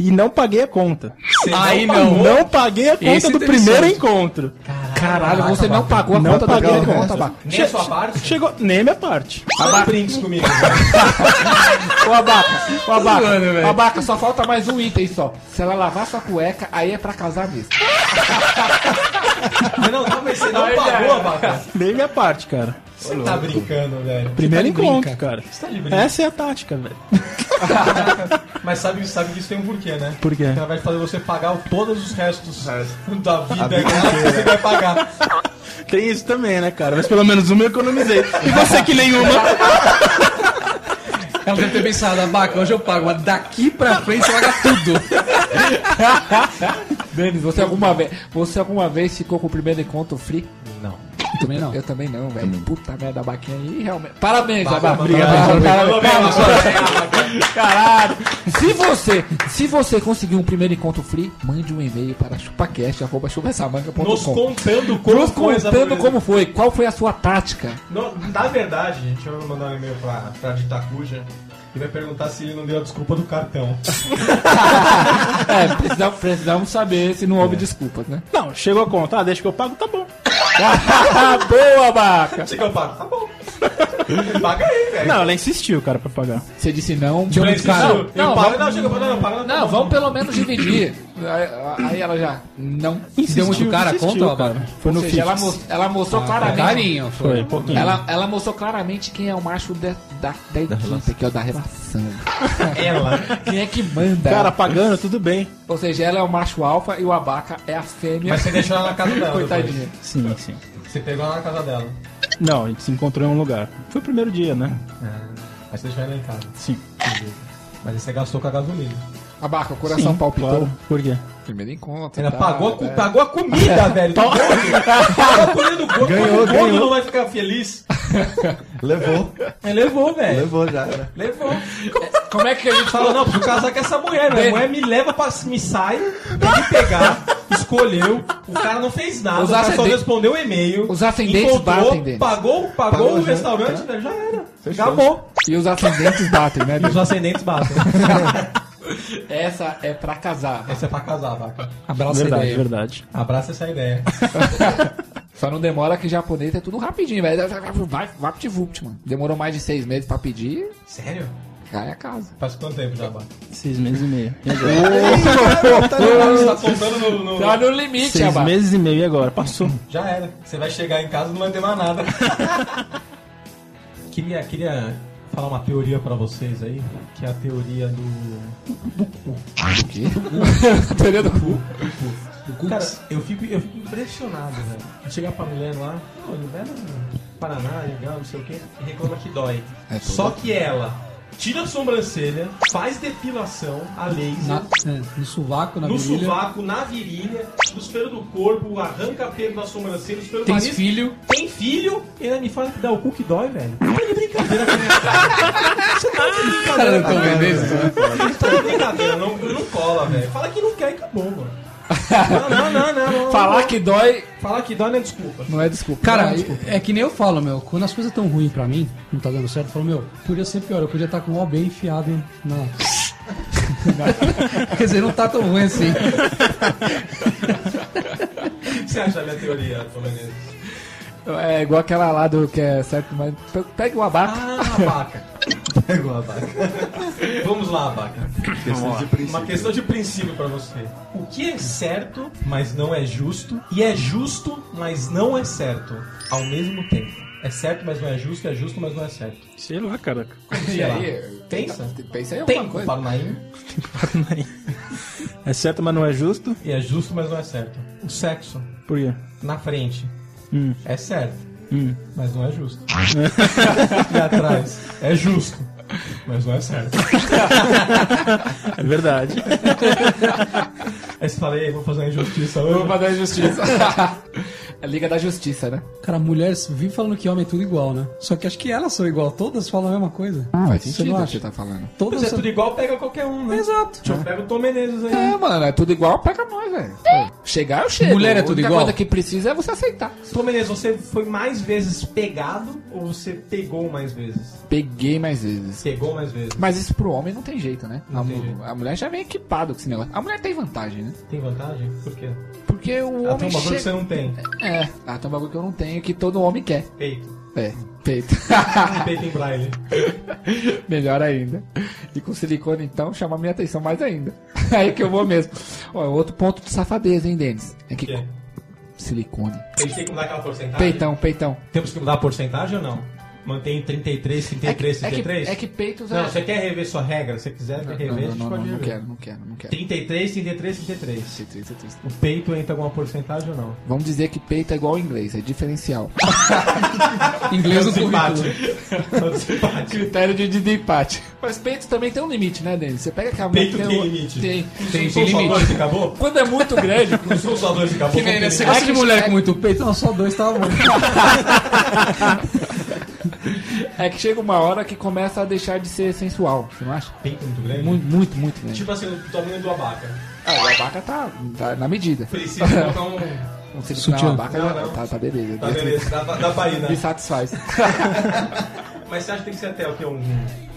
E não paguei a conta. Aí Não, paguei a conta Esse é do interessante. primeiro encontro. Caralho, você não pagou a Não conta do paguei cara. a conta. Conta, abaca. Nem a sua parte. Chegou nem a minha parte. Abre brinks comigo. né? Ô, abaca. Ô, abaca. zoando, velho. Ô, abaca, só falta mais um item só. Se ela lavar sua cueca, aí é pra casar mesmo. Mas não, calma aí, você não pagou a vaca. Nem minha parte, cara. Você tá brincando, velho. Primeiro tá de encontro, brinca. cara. Você tá de brinca. Essa é a tática, velho. Mas sabe, sabe que isso tem um porquê, né? Por quê? Porque ela vai fazer você pagar o- todos os restos da vida vida que você vai pagar. Tem isso também, né, cara? Mas pelo menos uma eu economizei. E você que nenhuma. Ela deve ter pensado, abaca, hoje eu pago, mas daqui pra frente você paga tudo. Denis, você alguma vez, você alguma vez ficou com o primeiro encontro free? Também não. Eu também não, velho. Puta merda, Abaquinha aí, realmente. Parabéns, Abaca. obrigado, Parabéns, parabéns. parabéns, parabéns. Caralho. Se você, se você conseguir um primeiro encontro free, mande um e-mail para Nos chupacast.com. contando como Nos foi essa contando proibição. como foi, qual foi a sua tática. No- na verdade, gente, eu vou mandar um e-mail pra, pra Ditacuja e vai perguntar se ele não deu a desculpa do cartão. É, precisamos, precisamos saber se não houve desculpas, né? Não, chegou a conta. Ah, deixa que eu pago, tá bom. Boa, Abaca. Você que eu pago, tá bom. Paga aí, velho. Não, ela insistiu, cara, pra pagar. Você disse não. Tinha um Mas isso- cara. eu Não, pago- vamos- não, chega, eu pago, não, não, paga, não, tá Não, bom. vamos pelo menos dividir. Aí, aí ela já, não. Deu muito cara a conta, Abaca? Foi no Ou seja, ela, fixo. mos- ela mostrou claramente. Carinho, Foi, foi. pouquinho. Ela, ela mostrou claramente quem é o macho da, da, da equipe, que é o da relação. Ela. Quem é que manda? Cara, pagando, tudo bem. Ou seja, ela é o macho alfa e o abaca é a fêmea. Mas você deixou ela na casa dela. Coitadinha. Sim, sim. depois. Você pegou ela na casa dela. Não, a gente se encontrou em um lugar. Foi o primeiro dia, né? Mas você deixou ela em casa. Sim. Mas aí você gastou com a gasolina. Abaca, o coração palpitou. Claro. Por quê? Primeiro encontro. Ela tá, pagou, a né? cu- pagou a comida, velho. Tá gordo. Pagou a comida do gordo. Ganhou, o gordo ganhou. não vai ficar feliz. Levou, Ele levou, velho. levou já. né? era. Levou. Como é que a gente Falou, falou? não, preciso casar com essa mulher, velho. A mulher me leva pra. me sai, tem que pegar, escolheu. O cara não fez nada, Os o cara só ascendentes- respondeu o e-mail. Os ascendentes encontrou, batem deles. Pagou, pagou, o Pagou, já- restaurante, né? já era. Acabou. E os ascendentes batem, né? E os ascendentes batem. Essa é pra casar. Essa é pra casar, vaca. Abraça a Verdade, ideia. verdade. Abraça essa ideia. Só não demora que japonês é tudo rapidinho, velho. Vai, vai pro vupt, mano. Demorou mais de seis meses pra pedir, Sério? cai a casa. Faz quanto tempo já, vaca? Seis meses e meio. E agora? Você tá soltando no. no- Tá no limite, Seis abaca. meses e meio e agora? Passou. Já era. Você vai chegar em casa e não vai ter mais nada. queria, queria falar uma teoria pra vocês aí, que é a teoria do. Teoria do cu. Cara, eu fico, eu fico impressionado, velho. Chegar pra mulher lá, pô, não é no Paraná, é legal, não sei o quê, e reclama que dói. Só que ela tira a sobrancelha, faz depilação a laser, Na- é, no sovaco, na no virilha. sovaco, na virilha, os pelos do corpo, arranca pelo da sobrancelha, os pelos do Tem nariz. filho. Tem filho, e ela me fala que dá o cu que dói, velho. Tá de brincadeira com a minha cara. Você tá de brincadeira com a minha cara. Tá de brincadeira, não, não cola, velho. Fala que não quer e acabou, mano. Não, não, não, não. não, não. Falar que dói Falar que dói não é desculpa. não é desculpa. Cara, Não, desculpa. é que nem eu falo, meu. Quando as coisas tão ruins pra mim, não tá dando certo, eu falo, meu, podia ser pior. Eu podia estar com o ó bem enfiado hein, na. Quer dizer, não tá tão ruim assim. O que você acha da minha teoria, Tomenezes? É igual aquela lá do que é certo, mas pe- pega o abaca. Ah, vaca. Pegou a vaca. Vamos lá, vaca. Questão de Uma princípio. questão de princípio pra você. O que é certo, mas não é justo, e é justo, mas não é certo, ao mesmo tempo. É certo, mas não é justo, é justo, mas não é certo. Sei lá, caraca. Sei lá. Ah, Pensa. Pensa aí Tem alguma o coisa. Paranaim, É certo, mas não é justo. e é justo, mas não é certo. O sexo, Por quê? na frente, Hum. é certo, Hum. mas não é justo. e atrás, é justo, Mas não é certo. É verdade. Aí você fala, "Ei, vou fazer uma injustiça hoje. Culpa da Justiça. a Liga da Justiça, né? Cara, mulheres vivem falando que homem é tudo igual, né? Só que acho que elas são igual, todas falam a mesma coisa. Ah, Faz Você sentido não o que acha? você tá falando. Todas Mas é tudo igual, pega qualquer um, né? Exato. Tipo, pega o Tom Menezes aí. É, mano, é tudo igual, pega nós, velho. Chegar, eu chego. Mulher é tudo A única igual? coisa que precisa é você aceitar. Tom Menezes, você foi mais vezes pegado ou você pegou mais vezes? Peguei mais vezes. Pegou mais vezes. Mas isso pro homem não tem jeito, né? Não a, tem mu- jeito. a mulher já vem equipada com esse negócio. A mulher tem vantagem, né? Tem vantagem? Por quê? Porque o Ela tem homem um bagulho que você chega... não tem. É, ela tem um bagulho que eu não tenho, que todo homem quer. Peito. É, peito. Ah. Peito em braille. Melhor ainda. E com silicone, então, chama minha atenção mais ainda. Aí que eu vou mesmo. Ó, outro ponto de safadeza, hein, Denis? É que Por quê? Ah, silicone. A gente tem que mudar aquela porcentagem? Peitão, peitão. Temos que mudar a porcentagem ou não? Mantém 33, É que, 33, é que, 33? é que peitos é... Não, você quer rever sua regra? Se você quiser Não, rever, a não, gente não, não, pode não rever. quero, não quero, não quero. 33, 33, 33. 33, 33. O peito entra alguma porcentagem ou não? Vamos dizer que peito é igual ao inglês, é diferencial. Inglês no Desempate. currículo. Desempate. Critério de desempate. Mas peito também tem um limite, né, Denis? Você pega aquela Peito mulher que tem o- limite. Tem, Não tem, são tem só limite. dois que acabou? Quando é muito grande, Não são só dois que acabou? Que nem nesse- Você gosta de É que- mulher é- com muito peito? Não, só dois tava bom. é que chega uma hora que começa a deixar de ser sensual, você não acha? Peito muito grande? Muito, muito, muito grande. Tipo assim, o tamanho do abaca. Ah, o abaca tá, tá na medida. Precisa colocar um... Um Sutiã. silicone abaca Não, já- não. Tá, tá beleza. Tá beleza, dá, dá pra ir, né? Me satisfaz. Mas você acha que tem que ser até o quê? Um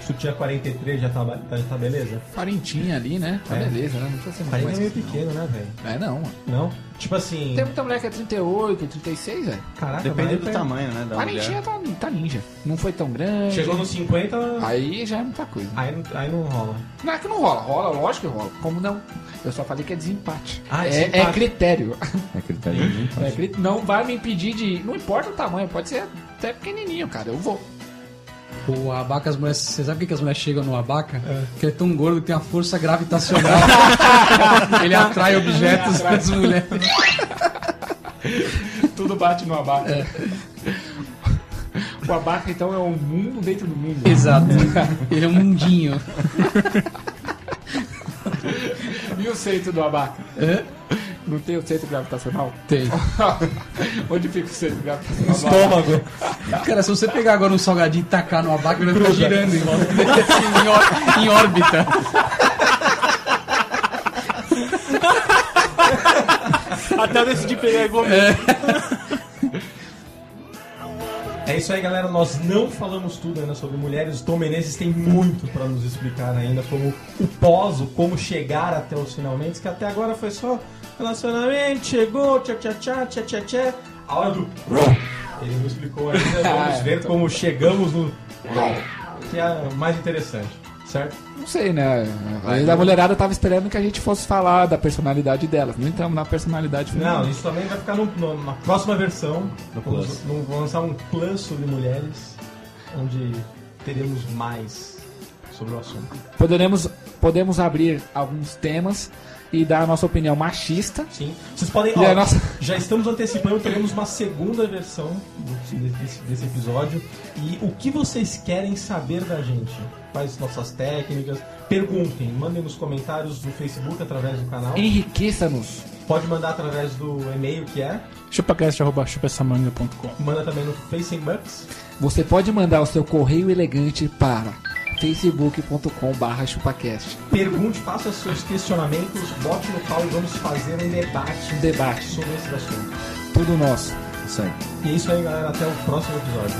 sutiã 43 já tá, tá- já tá beleza? Quarentinha ali, né? Tá É. beleza, né? Não precisa ser muito 40 é mais. meio pequeno, né, velho? não. É não, mano. Não? Tipo assim... Tem muita mulher que é 38, 36, velho. Caraca, Depende vai do pra- tamanho, né? Da Quarentinha mulher. é. tá, tá ninja. Não foi tão grande. Chegou nos 50, ela- Aí já é muita coisa. aí, não- aí não rola. Não é que não rola, rola, lógico que rola. Como não? Eu só falei que é desempate. Ah, é, desempate. é critério. É critério de É cri- Não vai me impedir de. Não importa o tamanho, pode ser até pequenininho, cara. Eu vou. O abaca, as mulheres. Você sabe por que que as mulheres chegam no abaca? Porque ele é tão gordo que tem a força gravitacional. ele atrai objetos das mulheres. Tudo bate no abaca. O abaca, então, é um mundo dentro do mundo. Exato. Ele é um mundinho. E o centro do abaca? Hã? Não tem o centro gravitacional? Tem. Onde fica o centro gravitacional? do abaca? Estômago. Cara, se você pegar agora um salgadinho e tacar no abaca, ele vai ficar girando em, em ór- em órbita. Até eu decidi pegar igual É isso aí, galera. Nós não falamos tudo ainda sobre mulheres. O Tom Menezes tem muito pra nos explicar ainda, como o pós, o como chegar até os finalmente, que até agora foi só relacionamento, chegou, tchá tchá tchá, tchá tchá tchá. A hora do... Ele não explicou ainda. Vamos ver como chegamos no... Que é o mais interessante, certo? Não sei, né? Ainda a mulherada tava esperando que a gente fosse falar da personalidade delas. Não entramos na personalidade Não, isso também vai ficar no, no- na próxima versão. No Vamos- plus. Vamos, lançar um plano sobre mulheres, onde teremos mais sobre o assunto. Poderemos, podemos abrir alguns temas e dar a nossa opinião machista. Sim. Vocês podem. E ó, a nossa- Já estamos antecipando, teremos uma segunda versão do- desse, desse episódio. E o que vocês querem saber da gente? Quais nossas técnicas? Perguntem, mandem nos comentários no Facebook através do canal. Enriqueça-nos. Pode mandar através do e-mail que é. chupacast.chupessamanga.com Manda também no Facebooks. Você pode mandar o seu correio elegante para facebook.com.br chupacast. Pergunte, faça seus questionamentos, bote no pau e vamos fazer um debate. Um debate. sobre esse assunto. Tudo nosso. Isso aí. E é isso aí, galera. Até o próximo episódio.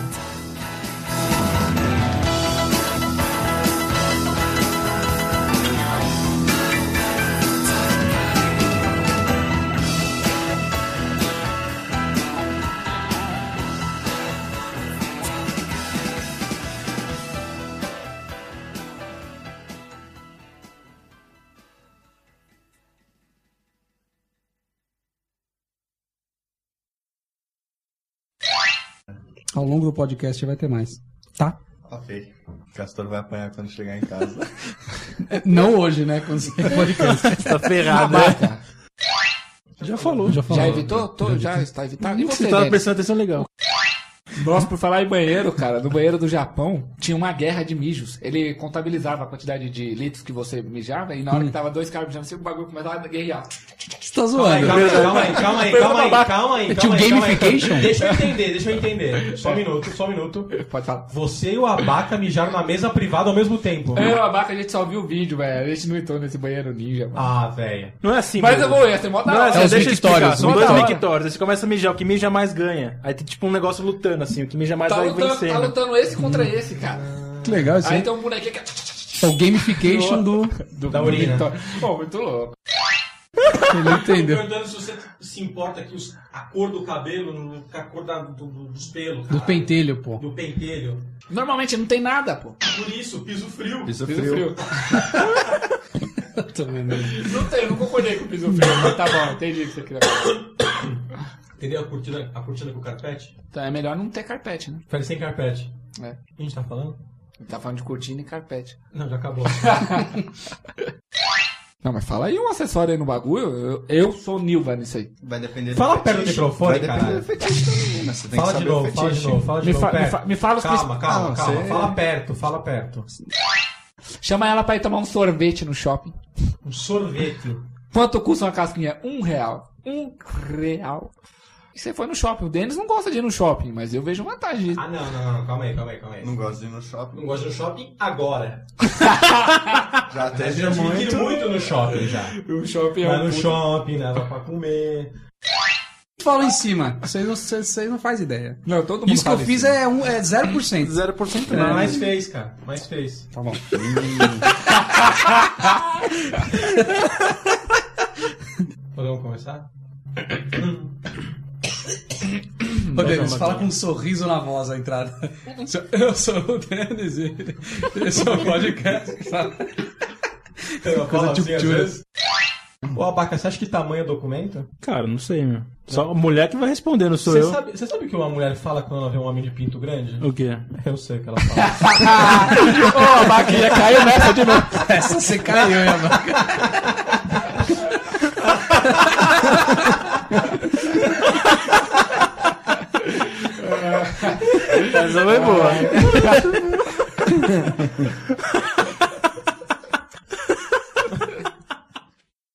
Ao longo do podcast vai ter mais. Tá? Ok. O Castor vai apanhar quando chegar em casa. Não hoje, né? Quando você tem podcast. Tá ferrado, Abaca. Já falou. Já Já evitou? Tô, já está evitado. E Você você, tava Denis? prestando atenção legal. Nossa, por falar em banheiro, cara, no banheiro do Japão tinha uma guerra de mijos. Ele contabilizava a quantidade de litros que você mijava e na hora que tava dois caras mijando, assim, o bagulho começava a guerrear. Você tá Calma aí, zoando. calma aí, calma aí, calma aí, calma aí, calma aí. Tinha um calma aí, calma aí. gamification? Deixa eu entender, deixa eu entender. Só um minuto, só um minuto. Pode falar. Você e o Abaca mijaram na mesa privada ao mesmo tempo. Eu e o Abaca, a gente só viu o vídeo, velho. A gente não entrou nesse banheiro ninja, mano. Ah, velho. Não é assim, Mas eu mano. vou, ia ser mó da Não, é hora. assim, É os deixa eu mictórios, explicar. São os dois mictórios. mictórios. Aí você começa a mijar. O que mija mais ganha. Aí tem tipo um negócio lutando, assim. O que mija mais Tá vai lutando, tá vencendo. lutando esse contra esse, cara. Que legal isso Aí aí. tem um bonequinho que... É o gamification do... Do, Da urina. do- Pô, muito louco. Ele entendeu. Perguntando se você se importa que os- a cor do cabelo, no- com a cor da- do- do- dos pelos, Do cara. pentelho, pô. do pentelho. Normalmente não tem nada, pô. Por isso, piso frio. Piso Piso frio. frio. Não tem, não concordei com o piso frio. Mas tá bom, entendi o que você queria falar. Entendeu a cortina, a cortina com carpete? Então é melhor não ter carpete, né? Fere sem carpete. É. O que a gente tá falando? Tá falando de cortina e carpete. Não, já acabou. Não, mas fala aí um acessório aí no bagulho. Eu, eu sou Nilva nisso aí. Vai depender Fala fetiche. perto do microfone, Vai depender cara. do fetiche da menina. Você tem que Fala de saber novo, o fala de fetiche. novo, fala de Me, novo. fa- me, perto. fa- me fala os Calma, principais- calma, Ah, calma. você- Fala perto, fala perto. Chama ela pra ir tomar um sorvete no shopping. Um sorvete. Quanto custa uma casquinha? Um real. Um real. E você foi no shopping. O Denis não gosta de ir no shopping, mas eu vejo vantagem disso. Ah, não, não, não. Calma aí, calma aí, calma aí. Não gosto de ir no shopping. Não gosto de shopping agora. Já até já muito. muito no shopping já. O shopping Vai no shopping, leva pra comer. Fala em cima. Vocês não, vocês- vocês não fazem ideia. Não, todo mundo Isso que eu fala fiz é, um, é 0%. 0% É. não. Mas mais fez, cara. Mais fez. Tá bom. Podemos começar? Ô, Denis, fala com um sorriso na voz a entrada. Eu sou o Denis e esse é o podcast. Eu Coisa falo assim, às tchutchura. vezes. Ô, Abaca, você acha que tamanho é documento? Cara, não sei, meu. Só a mulher que vai responder, não sou Você eu. sabe, você sabe o que uma mulher fala quando ela vê um homem de pinto grande? O quê? Eu sei o que ela fala. Ô, a Baquinha caiu nessa de novo. Essa você caiu, hein, mano? Essa foi boa.